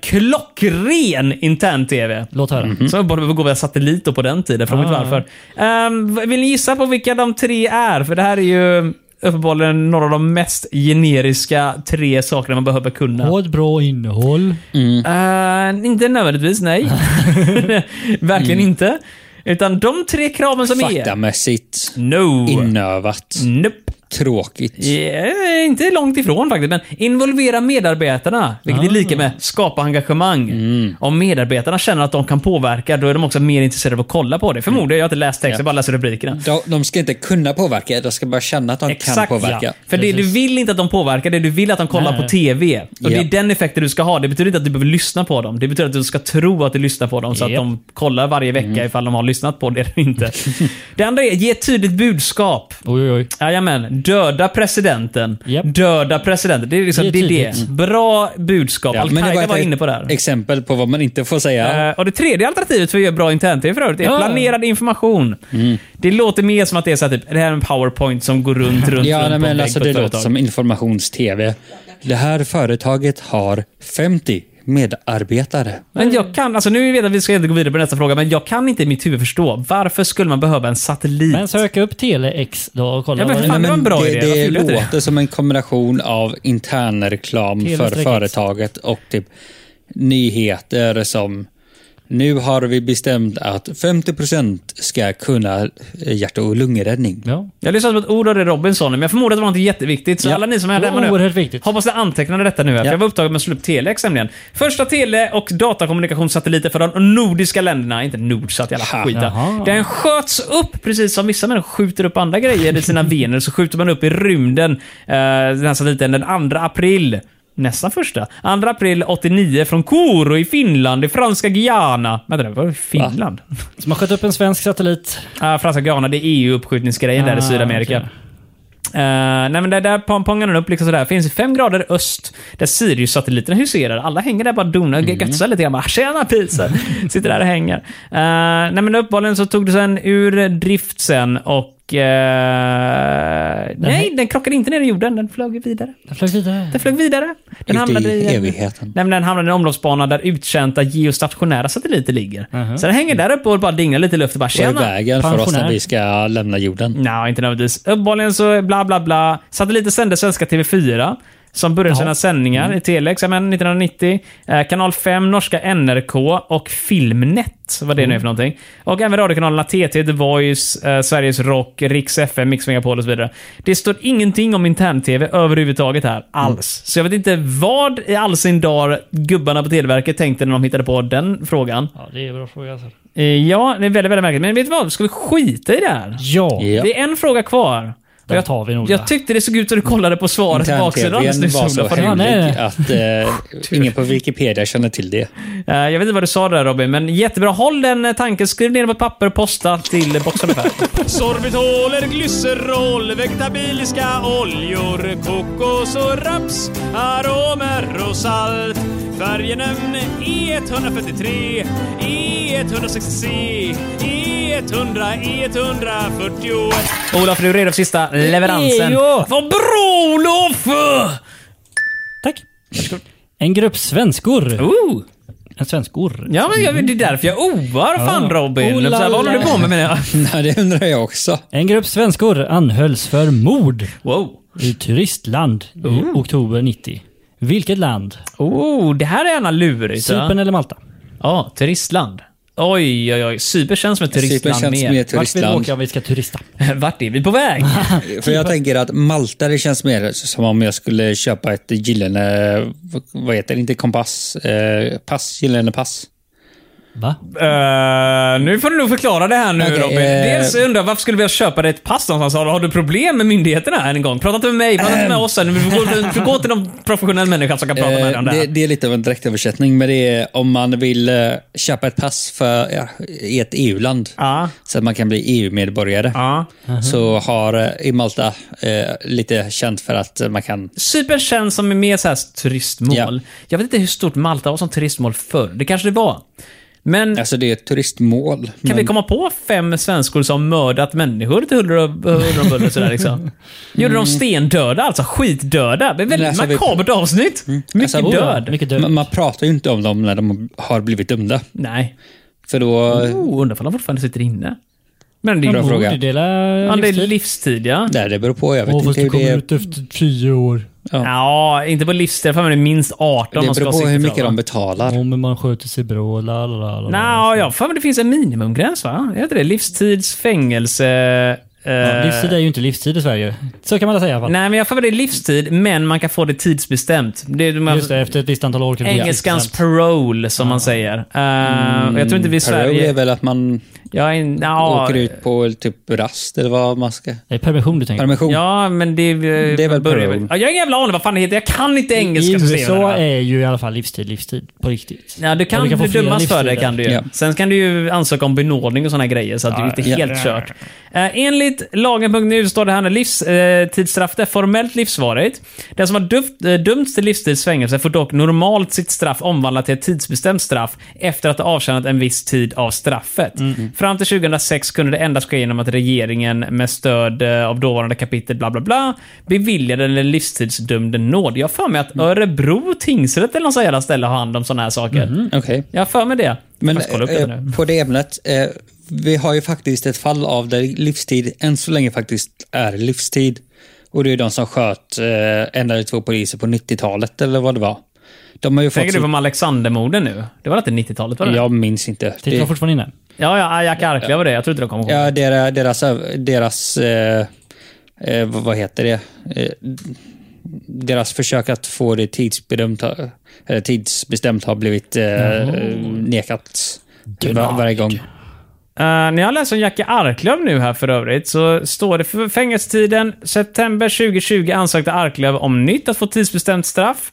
Speaker 1: klockren intern-tv.
Speaker 2: Låt höra.
Speaker 1: Som jag bara behöver gå via satellit då på den tiden, för jag vet
Speaker 2: Ah.
Speaker 1: inte varför. Ehm, v- vill ni gissa på vilka de tre är? För det här är ju uppenbarligen några av de mest generiska tre sakerna man behöver kunna.
Speaker 2: Hårt Mm. bra innehåll.
Speaker 1: Mm. Eh, inte nödvändigtvis, nej.
Speaker 2: <laughs>
Speaker 1: Verkligen
Speaker 2: Mm.
Speaker 1: inte. Utan de tre kraven som är...
Speaker 3: Faktamässigt,
Speaker 1: No.
Speaker 3: inövat,
Speaker 1: Nope.
Speaker 3: tråkigt.
Speaker 1: Eh, inte långt ifrån faktiskt, men involvera medarbetarna, vilket är lika med skapa engagemang. Om medarbetarna känner att de kan påverka, då är de också mer intresserade av att kolla på det. Förmodligen, jag har inte läst texten, jag bara läser rubrikerna.
Speaker 3: De, de ska inte kunna påverka, de ska bara känna att de kan påverka.
Speaker 1: ja. För det, du
Speaker 2: Precis.
Speaker 1: vill inte att de påverkar, det du vill att de kollar
Speaker 2: Nej.
Speaker 1: på TV. Och Det
Speaker 3: Ja.
Speaker 1: är den effekten du ska ha. Det betyder inte att du behöver lyssna på dem. Det betyder att du ska tro att du lyssnar på dem, så att
Speaker 2: Japp.
Speaker 1: de kollar varje vecka ifall de har lyssnat på det eller inte. det andra är, ge ett tydligt budskap.
Speaker 2: Oj, oj, oj.
Speaker 1: Jajamän. Döda presidenten.
Speaker 2: Japp.
Speaker 1: Döda presidenten. Det är liksom,
Speaker 2: Det
Speaker 1: det.
Speaker 2: är
Speaker 1: Är det.
Speaker 2: tydligt.
Speaker 1: Bra budskap.
Speaker 3: Ja,
Speaker 1: Al-Qaida var,
Speaker 3: ett
Speaker 1: inne på det här.
Speaker 3: exempel på vad man inte får säga.
Speaker 1: Eh, och det tredje alternativet för att göra bra intern-tv för övrigt är
Speaker 2: Ja.
Speaker 1: planerad information. Det låter mer som att det är så här, typ, det här är en powerpoint som går runt, runt,
Speaker 3: ja,
Speaker 1: runt
Speaker 3: nej,
Speaker 1: på en
Speaker 3: men
Speaker 1: vägg
Speaker 3: alltså
Speaker 1: på
Speaker 3: det
Speaker 1: ett
Speaker 3: låter
Speaker 1: företag.
Speaker 3: som informations-TV. Det här företaget har 50 medarbetare.
Speaker 1: Men jag kan, alltså nu vet jag att vi ska inte gå vidare på nästa fråga, men jag kan inte i mitt huvud förstå varför skulle man behöva en satellit?
Speaker 2: Men sök upp Telex då och kolla.
Speaker 1: Ja, men
Speaker 2: vad det-
Speaker 1: fan. det var en bra
Speaker 3: det,
Speaker 1: idé. Varför
Speaker 3: Det
Speaker 1: gjorde jag inte det?
Speaker 3: låter som en kombination av internreklam
Speaker 2: Tele
Speaker 3: för
Speaker 2: streck X.
Speaker 3: företaget och typ nyheter som nu har vi bestämt att 50% ska kunna eh, hjärt och lungräddning.
Speaker 2: Ja.
Speaker 1: Jag lyssnade på ett ord av det Robin sa nu, men jag förmodar att det var något jätteviktigt. Så
Speaker 3: Ja.
Speaker 1: alla ni som är
Speaker 2: Det
Speaker 1: där
Speaker 2: var
Speaker 1: nu,
Speaker 2: oerhört viktigt.
Speaker 1: hoppas ni antecknade detta nu. här, för
Speaker 3: Ja.
Speaker 1: Jag var upptagen med att slå upp Telex nämligen. Första tele och datakommunikationssatelliter för de nordiska länderna, inte Nordsat, jävla
Speaker 3: Ha.
Speaker 1: skit där.
Speaker 2: Jaha.
Speaker 1: Den sköts upp, precis som vissa människor skjuter upp andra grejer i sina vener, så skjuter man upp i rymden eh, den här satelliten den 2 april. Nästan första. 2 april 89 från Koro i Finland, i franska Guyana. Vänta nu, var det Finland?
Speaker 2: Som har skött upp en svensk satellit.
Speaker 1: Ja, Ah, franska Ghana, det är EU-uppskjutningsgrejen där
Speaker 2: Ah,
Speaker 1: i Sydamerika.
Speaker 2: okej.
Speaker 1: Eh, nej men där, där pong- pongar den upp liksom sådär. Finns i fem grader öst, där Sirius-satelliten huserar. Alla hänger där bara donar
Speaker 3: Mm.
Speaker 1: och götsar lite grann. Bara, Tjena
Speaker 3: <laughs>
Speaker 1: pisen! Sitter där och hänger. Eh, nej men uppehållen så tog det sen ur drift sen och... eh, nej, den krockade inte ner i jorden. Den flög vidare.
Speaker 2: Den flög vidare.
Speaker 1: Den flög vidare. Den
Speaker 3: Ut
Speaker 1: hamnade
Speaker 3: i
Speaker 1: i, en-
Speaker 3: evigheten.
Speaker 1: Nej, men den hamnade i en omloppsbana där utkänta geostationära satelliter ligger. Så den hänger där uppe och bara dinglar lite i luften. Bara,
Speaker 3: Vad är
Speaker 1: Tjena!
Speaker 3: vägen för oss
Speaker 2: pensionär.
Speaker 3: när vi ska
Speaker 1: Mm.
Speaker 3: lämna jorden?
Speaker 1: Nej, inte nödvändigtvis. Uppenbarligen så bla bla bla. Satelliten sände svenska TV4. som började
Speaker 2: Jaha.
Speaker 1: sina sändningar i Telex, men 1990. Eh, kanal 5, norska NRK och Filmnet, vad det nu är för någonting. Och även radiokanalerna TT, The Voice, eh, Sveriges Rock, Riks FM, Mix Megapol och så vidare. Det står ingenting om intern-TV överhuvudtaget här, alls. Så jag vet inte vad i all sin dar gubbarna på Televerket tänkte när de hittade på den frågan.
Speaker 2: Ja, det är en bra fråga. Alltså.
Speaker 1: Eh, ja, det är väldigt, väldigt märkligt. Men vet du vad? Ska vi skita i det här?
Speaker 2: Ja,
Speaker 3: Ja.
Speaker 1: Det är en fråga kvar.
Speaker 2: Den tar vi nog,
Speaker 1: jag
Speaker 2: va?
Speaker 1: tyckte det såg ut som du kollade på svaret på baksidan alldeles
Speaker 3: Intern-tvn
Speaker 1: nyss.
Speaker 3: var så
Speaker 1: Ola, för det var-
Speaker 2: hemlig.
Speaker 3: hemlig
Speaker 2: nej.
Speaker 1: <laughs>
Speaker 3: att eh, ingen på Wikipedia känner till det. <laughs>
Speaker 1: Eh, Jag vet inte vad du sa där Robin, men jättebra. Håll den eh, tanken, skriv ner den på ett papper och posta till
Speaker 5: <laughs>
Speaker 1: boxarungefär.
Speaker 5: Sorbitoler, glycerol, vegetabiliska oljor, kokos och raps, aromer och salt. E Färgenämn E143, E E160, E E100, E141.
Speaker 1: Olof, du är redo för sista leveransen.
Speaker 2: Jo.
Speaker 1: Vad bra Olof!
Speaker 2: tack. En grupp
Speaker 3: Oh.
Speaker 2: svenskor.
Speaker 1: Ooh.
Speaker 2: En svenskor.
Speaker 1: Ja, men jag, det är därför jag oar. Fan
Speaker 2: Ja.
Speaker 1: Robin.
Speaker 2: Oh la
Speaker 1: så här, vad håller du
Speaker 2: la.
Speaker 1: på med menar jag?
Speaker 3: Nej, det undrar jag också.
Speaker 2: En grupp svenskor anhölls för mord
Speaker 1: Wow.
Speaker 2: i turistland i
Speaker 3: Oh.
Speaker 2: oktober 90. Vilket land?
Speaker 1: Oh, det här är gärna lurigt. va?
Speaker 2: Cypern eller Malta?
Speaker 1: Ja, turistland. Oj, oj, oj. Cypern känns som ett turistland
Speaker 3: Cypern känns som
Speaker 1: mer.
Speaker 3: ett
Speaker 2: Vart vill du
Speaker 3: turistland.
Speaker 2: åka om vi ska turista?
Speaker 1: <laughs> Vart är vi på
Speaker 3: <laughs>
Speaker 1: väg? Eh,
Speaker 3: För
Speaker 1: Typ.
Speaker 3: jag tänker att Malta, det känns mer som om jag skulle köpa ett gyllene, vad heter det, inte kompass, eh, pass, gyllene pass.
Speaker 2: Va?
Speaker 1: Eh, nu får du nog förklara det här nu
Speaker 3: Okej,
Speaker 1: Robin.
Speaker 3: eh.
Speaker 1: Dels undrar jag, varför skulle vi köpa dig ett pass någonstans? Har du problem med myndigheterna här en gång? Prata inte med mig, prata inte med oss här. Du får, gå- du får gå till någon professionell människa som kan prata med dig
Speaker 3: Ehm. Eh,
Speaker 1: om det
Speaker 3: det,
Speaker 1: här.
Speaker 3: det är lite av en direktöversättning, men det är om man vill eh, köpa ett pass för, ja, i ett EU-land.
Speaker 1: Ja.
Speaker 3: Så att man kan bli EU-medborgare.
Speaker 1: Ja.
Speaker 2: Mhm.
Speaker 3: Så har eh, i Malta eh, lite känt för att eh, man kan...
Speaker 1: Cypern känns som är mer så här turistmål.
Speaker 3: Ja.
Speaker 1: Jag vet inte hur stort Malta var som turistmål förr. Det kanske det var. Men
Speaker 3: Alltså det är ett turistmål.
Speaker 1: kan vi komma på fem svenskor som mördat människor till huller och eh, huller och buller sådär liksom?
Speaker 3: <laughs>
Speaker 1: Gjorde de stendöda, alltså skitdöda. Det är väldigt
Speaker 3: Alltså, Mm. vi-
Speaker 1: makabert avsnitt. Mycket
Speaker 3: Alltså,
Speaker 1: död.
Speaker 2: Mycket död.
Speaker 3: man, man pratar ju inte om dem när de har blivit dömda.
Speaker 1: Nej.
Speaker 3: För då...
Speaker 1: Oh, undrar om han fortfarande sitter inne. Men det är
Speaker 3: Bra
Speaker 1: ju...
Speaker 3: fråga.
Speaker 2: Mordela
Speaker 1: Ja, det är
Speaker 2: livstid.
Speaker 1: livstid, ja.
Speaker 3: Nej, det beror på. Jag vet inte hur det är.
Speaker 2: efter tio år.
Speaker 1: Ja, inte på livstid. För man är minst 18
Speaker 3: Det
Speaker 1: man ska
Speaker 3: beror
Speaker 1: ha
Speaker 3: på hur
Speaker 1: 60
Speaker 3: mycket de
Speaker 1: tror
Speaker 3: betalar.
Speaker 2: Om man sköter sig bra, la la la la.
Speaker 1: jag. Nja, ja, för mig det finns en minimumgräns va? Är inte det? Livstids fängelse... Eh,
Speaker 2: Ja, livstid är ju inte livstid i Sverige. Så kan man säga i alla fall.
Speaker 1: Nej, men jag får det är livstid, men man kan få det tidsbestämt. Det är, man,
Speaker 2: Just det, efter ett visst antal år kan det bli
Speaker 1: engelskans
Speaker 2: livstid.
Speaker 1: parole, som man säger. Eh, och jag tror inte vi i
Speaker 3: Parole är
Speaker 1: Sverige...
Speaker 3: väl att man
Speaker 1: Jag är, ja, eh,
Speaker 3: åker ut på typ rast eller vad man ska...
Speaker 2: Nej, permission du tänker.
Speaker 3: Permission.
Speaker 1: Ja, men det...
Speaker 3: Det är väl
Speaker 1: börjar
Speaker 3: parole.
Speaker 1: Ja, jag har ingen jävla aning vad fan det heter. Jag kan inte
Speaker 2: I
Speaker 1: engelska. för att se vad det
Speaker 2: USA
Speaker 1: är.
Speaker 2: är ju i alla fall livstid, livstid. På riktigt.
Speaker 1: Ja, du
Speaker 2: Och
Speaker 1: kan,
Speaker 2: du kan få
Speaker 1: bli
Speaker 2: flera
Speaker 1: dömas för det
Speaker 2: livstider.
Speaker 1: kan du ju.
Speaker 3: Ja.
Speaker 1: Sen kan du ju ansöka om benådning och sådana grejer, så att du inte är
Speaker 3: ja.
Speaker 1: helt kört. Eh, enligt lagen.nu står det här när livstidsstraffet är formellt livsvarigt. Den som har duft, eh, dömts till livstidsfängelse får dock normalt sitt straff omvandlat till ett tidsbestämt straff efter att ha avtjänat en viss tid av straffet.
Speaker 3: Mm,
Speaker 1: Fram till 2006 kunde det endast ske genom att regeringen med stöd eh, av dåvarande kapitel bla bla bla beviljade den livstidsdömde nåd. Jag har för mig att
Speaker 3: Mm.
Speaker 1: Örebro tingsrätt eller något sånt jävla ställe har hand om sådana här saker.
Speaker 3: Okej.
Speaker 1: Jag har för mig det.
Speaker 3: Men
Speaker 1: jag ska kolla upp det
Speaker 3: eh,
Speaker 1: nu.
Speaker 3: på det ämnet. Eh, vi har ju faktiskt ett fall av där livstid än så länge faktiskt är livstid. Och det är de som sköt eh, en eller två poliser på 90-talet eller vad det var. De har ju fått...
Speaker 1: Tänker du
Speaker 3: sitt-
Speaker 1: på Alexandermorden nu? Det var inte 90-talet? Var det?
Speaker 3: Jag minns inte.
Speaker 2: Titta
Speaker 3: Det-
Speaker 2: var fortfarande inne.
Speaker 1: ja, ja Ajak Arklia var det. Jag tror inte de kommer ihåg.
Speaker 3: Ja, deras, deras, öv- deras eh, eh, vad vad heter det? Eh, deras försök att få det tidsbedömt, ha- eller tidsbestämt har blivit eh, nekat var, varje gång.
Speaker 1: Eh, när jag läser om Jackie Arklöv nu här för övrigt så står det för fängelsetiden september 2020 ansökte Arklöv om nytt att få tidsbestämt straff.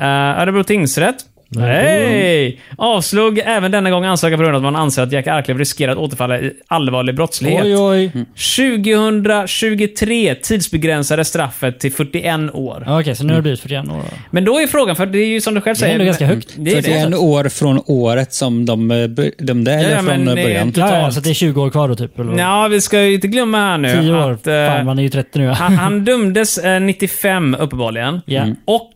Speaker 1: Uh, Örebro tingsrätt.
Speaker 3: Mm.
Speaker 1: Hej! Avslog även denna gång ansökan på grund av att man anser att Jack Arklöv riskerar att återfalla i allvarlig brottslighet.
Speaker 2: Oj, oj. Mm.
Speaker 1: 2023 tidsbegränsade straffet till 41 år.
Speaker 2: Okej, så
Speaker 1: Mm.
Speaker 2: nu har det blivit 41 år. då.
Speaker 1: Men då är frågan, för det är ju som du själv
Speaker 2: Det är
Speaker 1: säger.
Speaker 2: ändå ganska högt.
Speaker 1: Det är
Speaker 3: det är en
Speaker 1: det.
Speaker 3: år från året som de eh, be- dömde, eller
Speaker 1: ja,
Speaker 3: från
Speaker 1: men
Speaker 3: eh,
Speaker 1: det är
Speaker 3: början.
Speaker 1: inte-
Speaker 2: Ja, ja,
Speaker 1: Totalt.
Speaker 2: så det är 20 år kvar då typ? Eller? vad?
Speaker 1: Ja, vi ska ju inte glömma här nu
Speaker 2: 10 år.
Speaker 1: att... eh,
Speaker 2: Fan, man är ju 30 nu.
Speaker 1: han, han dömdes eh, 95 uppenbarligen.
Speaker 2: Ja. Mm.
Speaker 1: Och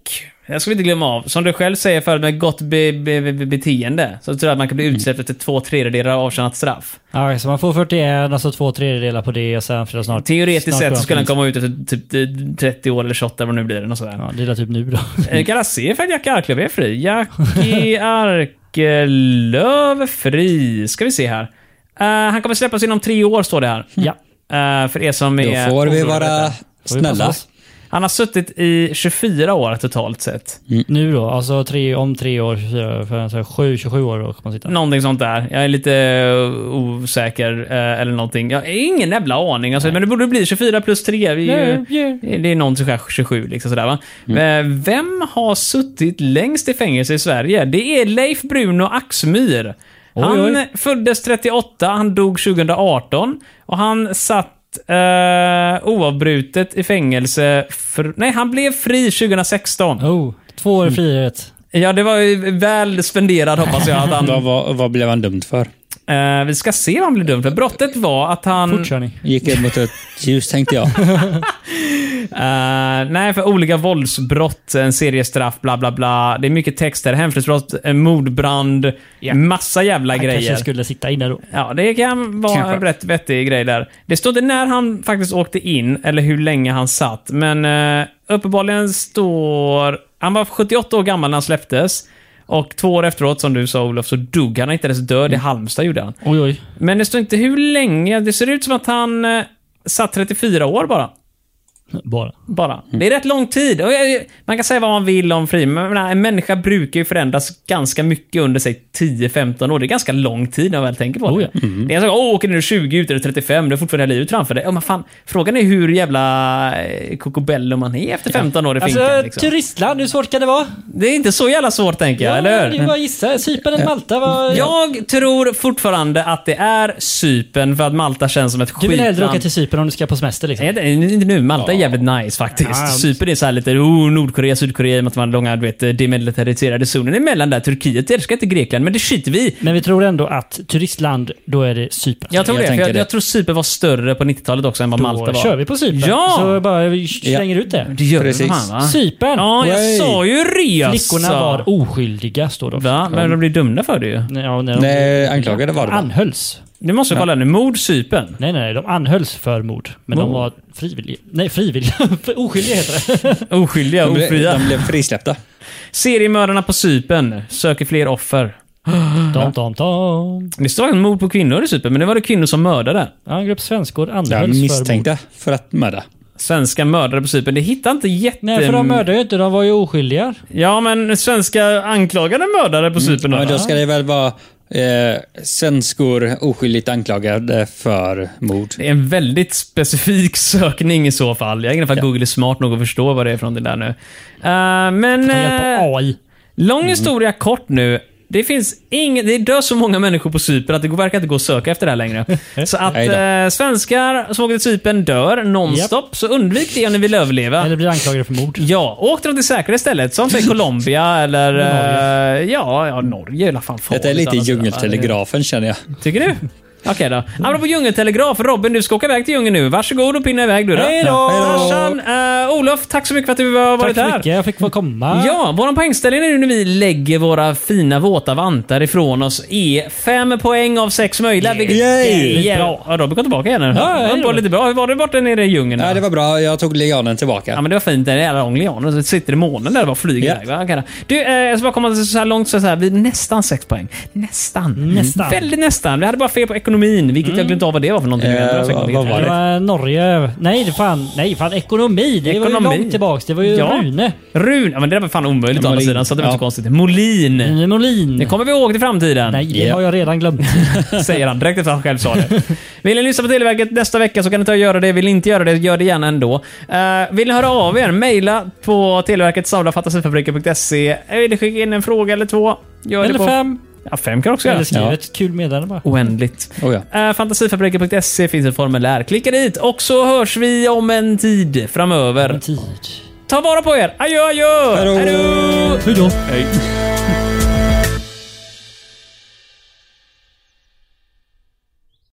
Speaker 1: Jag ska vi inte glömma av. Som du själv säger förut, med gott be, be, be, beteende så tror jag att man kan
Speaker 2: Mm.
Speaker 1: bli utsläppt efter två tredjedelar av avtjänat straff.
Speaker 2: Ja, så man får 41, alltså två tredjedelar på det och sen för att snart...
Speaker 1: Teoretiskt
Speaker 2: snart
Speaker 1: sett
Speaker 2: går
Speaker 1: så
Speaker 2: han
Speaker 1: skulle han
Speaker 2: på
Speaker 1: komma ut efter typ eh, 30 år eller 28, vad nu blir det. Och sådär.
Speaker 2: Ja, det är typ nu då.
Speaker 1: Eh, Kan jag se för att Jackie Arklöv är fri? Jackie
Speaker 3: <laughs>
Speaker 1: Arklöv är fri. Ska vi se här. Eh, han kommer släppas inom tre år, står det här.
Speaker 2: ja.
Speaker 1: Eh, för er som
Speaker 3: Då
Speaker 1: är...
Speaker 3: får vi
Speaker 1: oroliga.
Speaker 3: vara
Speaker 2: Får vi passa
Speaker 3: snälla.
Speaker 2: oss?
Speaker 1: Han har suttit i 24 år totalt sett.
Speaker 2: Nu då, alltså tre, om tre år, fyra, fem, sex, sju, 27 år då kan man sitta.
Speaker 1: Någonting sånt där. Jag är lite eh, osäker eh, eller någonting. Jag har ingen jävla aning. Alltså, men det borde bli 24 plus 3. Vi, är ju- Det är någon som är 27 liksom sådär va.
Speaker 2: Mm.
Speaker 1: Eh, Vem har suttit längst i fängelse i Sverige? Det är Leif Bruno Axmyr.
Speaker 2: Oj,
Speaker 1: han
Speaker 2: oj.
Speaker 1: föddes 38, han dog 2018 och han satt eh, oavbrutet i fängelse. För, nej, han blev fri 2016.
Speaker 2: Oh, två
Speaker 1: Mm.
Speaker 2: år i frihet.
Speaker 1: Ja, det var ju väl spenderad hoppas jag
Speaker 2: <laughs>
Speaker 1: att han
Speaker 3: Vad, vad, vad blev han dömd för?
Speaker 1: Eh, vi ska se vad han blir dömd för. Brottet var att han...
Speaker 2: Fortkörning.
Speaker 3: Gick jag mot ett ljus
Speaker 1: <laughs>
Speaker 3: tänkte jag.
Speaker 1: Eh, nej, för olika våldsbrott, en seriestraff, bla bla bla. Det är mycket texter. Hemfridsbrott, eh, mordbrand,
Speaker 2: Ja.
Speaker 1: massa jävla
Speaker 2: Han
Speaker 1: grejer.
Speaker 2: kanske skulle sitta inne då.
Speaker 1: Ja, det kan vara
Speaker 3: Kanske.
Speaker 1: en rätt vettig grej där. Det stod inte när han faktiskt åkte in eller hur länge han satt, men eh, uppenbarligen står... Han var 78 år gammal när han släpptes. Och två år efteråt, som du sa Olof, så dog han. Han hittades död i
Speaker 2: Mm.
Speaker 1: Halmstad, gjorde han.
Speaker 2: Oj, oj.
Speaker 1: Men det står inte hur länge. Det ser ut som att han eh, satt 34 år bara.
Speaker 2: Bara.
Speaker 1: bara.
Speaker 2: Mm.
Speaker 1: Det är rätt lång tid. Och jag, man kan säga vad man vill om fri, men jag menar, en människa brukar ju förändras ganska mycket under sig 10-15 år. Det är ganska lång tid när man väl tänker på det.
Speaker 2: Oh, ja.
Speaker 1: Det är en sak, åh, åker du 20 ut eller 35, du har fortfarande hela livet framför dig. Ja, men fan, frågan är hur jävla eh, kokobello man är efter 15 år i
Speaker 2: Alltså,
Speaker 1: finkan. liksom.
Speaker 2: turistland, hur svårt kan det vara?
Speaker 1: Det är inte så jävla svårt, tänker jag, eller hur?
Speaker 2: bara gissa. Cypern eller Malta?
Speaker 1: Jag tror fortfarande att det är Cypern för att Malta känns som ett
Speaker 2: Du
Speaker 1: skitland.
Speaker 2: vill hellre åka till Cypern om du ska på semester liksom?
Speaker 1: Nej, det är inte nu. Malta är jävligt nice faktiskt.
Speaker 2: Ja.
Speaker 1: Cypern är så här lite oh, Nordkorea, Sydkorea, i och med att man har långa du vet, demilitariserade zoner emellan där. Turkiet älskar inte Grekland, men det skiter vi i.
Speaker 2: Men vi tror ändå att turistland, då är det Cypern.
Speaker 1: Jag tror
Speaker 3: Jag
Speaker 1: det, för
Speaker 3: tänker
Speaker 1: jag,
Speaker 3: det.
Speaker 1: jag tror Cypern var större på 90-talet också än vad
Speaker 2: då
Speaker 1: Malta var.
Speaker 2: kör vi på Cypern.
Speaker 1: Ja!
Speaker 2: Så bara vi slänger ut det.
Speaker 1: Det gör
Speaker 3: Precis.
Speaker 1: Precis. Man, va?
Speaker 2: Cypern!
Speaker 1: Ja, jag
Speaker 3: Nej.
Speaker 1: sa ju det
Speaker 2: Flickorna
Speaker 1: alltså.
Speaker 2: var oskyldiga, står det också.
Speaker 1: Va? Men de blir dömda för det ju.
Speaker 2: Ja, när de-
Speaker 3: Nej, anklagade var det va?
Speaker 2: Anhölls.
Speaker 1: Du måste kolla nu. Mord Cypern.
Speaker 2: Nej, nej, nej. De anhölls för mord. Men de
Speaker 1: Mord.
Speaker 2: var frivilliga. Nej, frivilliga. <laughs> För Oskyldiga heter
Speaker 1: <laughs>
Speaker 2: det.
Speaker 1: Oskyldiga,
Speaker 3: De blev,
Speaker 1: ofria.
Speaker 3: de blev frisläppta.
Speaker 1: Seriemördarna på Cypern söker fler offer. Mm.
Speaker 2: Dom, dom, dom.
Speaker 1: Det står faktiskt mord på kvinnor i Cypern, men nu var det kvinnor som mördade.
Speaker 2: Ja, en grupp svenskor
Speaker 3: Ja,
Speaker 2: anhölls för mord.
Speaker 3: misstänkta för att mörda.
Speaker 1: Svenska mördare på Cypern. Det hittar inte jätte...
Speaker 2: Nej, för de mördade ju inte. De var ju oskyldiga.
Speaker 1: Ja, men svenska anklagade mördare på Cypern.
Speaker 3: Mm. Men
Speaker 1: då?
Speaker 3: då ska det väl vara eh, svenskor oskyldigt anklagade för mord.
Speaker 1: Det är en väldigt specifik <laughs> sökning i så fall. Jag är ingen att Google är smart nog att förstå vad det är från det där nu. Eh, men...
Speaker 2: Med hjälp
Speaker 1: eh,
Speaker 2: av AI.
Speaker 1: lång
Speaker 3: Mm.
Speaker 1: historia kort nu. Det finns ingen, det dör så många människor på Cypern att det går- verkar inte gå att söka efter det här
Speaker 3: <laughs>
Speaker 1: längre. Så att
Speaker 3: Nej då.
Speaker 1: eh, svenskar som åker till Cypern dör nonstop, så undvik det om ni vill överleva.
Speaker 2: Eller blir anklagade för mord.
Speaker 1: Ja, åk till något säkra istället. Som
Speaker 3: <laughs>
Speaker 1: till Colombia eller... eh, ja, ja, Norge eller fan farligt.
Speaker 3: Detta är lite
Speaker 1: annars, va?
Speaker 3: djungeltelegrafen känner jag.
Speaker 1: Tycker
Speaker 2: <laughs>
Speaker 1: du? Okej då. Apropå djungeltelegraf. Robin, du ska åka iväg till djungeln nu. Varsågod och pinna iväg du då.
Speaker 2: Hej då!
Speaker 1: Tarzan, eh, Olof, tack så mycket för att du har
Speaker 2: Tack
Speaker 1: varit
Speaker 2: så
Speaker 1: här.
Speaker 2: mycket. Jag fick få komma.
Speaker 1: Ja, våran poängställning nu när vi lägger våra fina våta vantar ifrån oss är fem poäng av sex möjliga. Vilket
Speaker 3: Yay!
Speaker 1: är bra. Ja, Robin kom tillbaka igen. nu.
Speaker 2: Ja,
Speaker 1: det var
Speaker 2: Robin.
Speaker 1: lite bra. Hur var det borta nere i djungeln?
Speaker 3: Ja,
Speaker 1: då?
Speaker 3: det var bra. Jag tog lianen tillbaka.
Speaker 1: Ja men det var fint, den jävla lång lian. Och så sitter i månen där och bara flyger
Speaker 3: Ja.
Speaker 1: iväg. va? Okej då. Du, eh, jag ska bara komma så här långt så här, vi är nästan sex poäng.
Speaker 3: Mm.
Speaker 1: Nästan.
Speaker 2: Nästan.
Speaker 1: Väldigt nästan. Vi hade bara fel på ekonomin, vilket jag glömt av vad det var för någonting.
Speaker 3: Eh,
Speaker 1: Jag tror jag
Speaker 3: vad-
Speaker 1: säkert
Speaker 3: vad
Speaker 1: vet.
Speaker 3: var
Speaker 2: Det var Norge. Nej, det fan, nej, fan ekonomi. Det
Speaker 1: Ekonomi.
Speaker 2: var ju långt tillbaks. Det var ju
Speaker 1: Ja.
Speaker 2: Rune.
Speaker 1: Rune, ja, men det där var fan omöjligt å andra
Speaker 3: Molin.
Speaker 1: sidan, så det var inte
Speaker 3: Ja. Mm.
Speaker 1: så konstigt. Molin.
Speaker 2: Rune Molin.
Speaker 1: Det kommer vi ihåg till framtiden.
Speaker 3: <laughs>
Speaker 2: Nej, det
Speaker 3: Ja.
Speaker 2: har jag redan
Speaker 1: <laughs>
Speaker 2: glömt.
Speaker 1: Säger han direkt efter att han själv sa det. Vill ni lyssna på Televerket nästa vecka så kan ni ta och göra det. Vill ni inte göra det, gör det gärna ändå. Eh, vill ni höra av er, mejla på televerket snabelafantasifabriken.se. Vill ni skicka in en fråga eller två? Gör det
Speaker 2: Eller
Speaker 1: på...
Speaker 2: fem.
Speaker 1: Ja, fem kan också
Speaker 2: Eller
Speaker 1: göra.
Speaker 2: skriv ett kul meddelande bara.
Speaker 1: Oändligt.
Speaker 3: Oh, ja.
Speaker 1: Eh, Fantasifabriken.se E finns ett formulär. Klicka dit och så hörs vi om en tid framöver.
Speaker 2: Tid.
Speaker 1: Ta vara på er. Adjö, adjö!
Speaker 3: Hej då.
Speaker 1: Hej då!
Speaker 2: Hej då.
Speaker 1: Hej.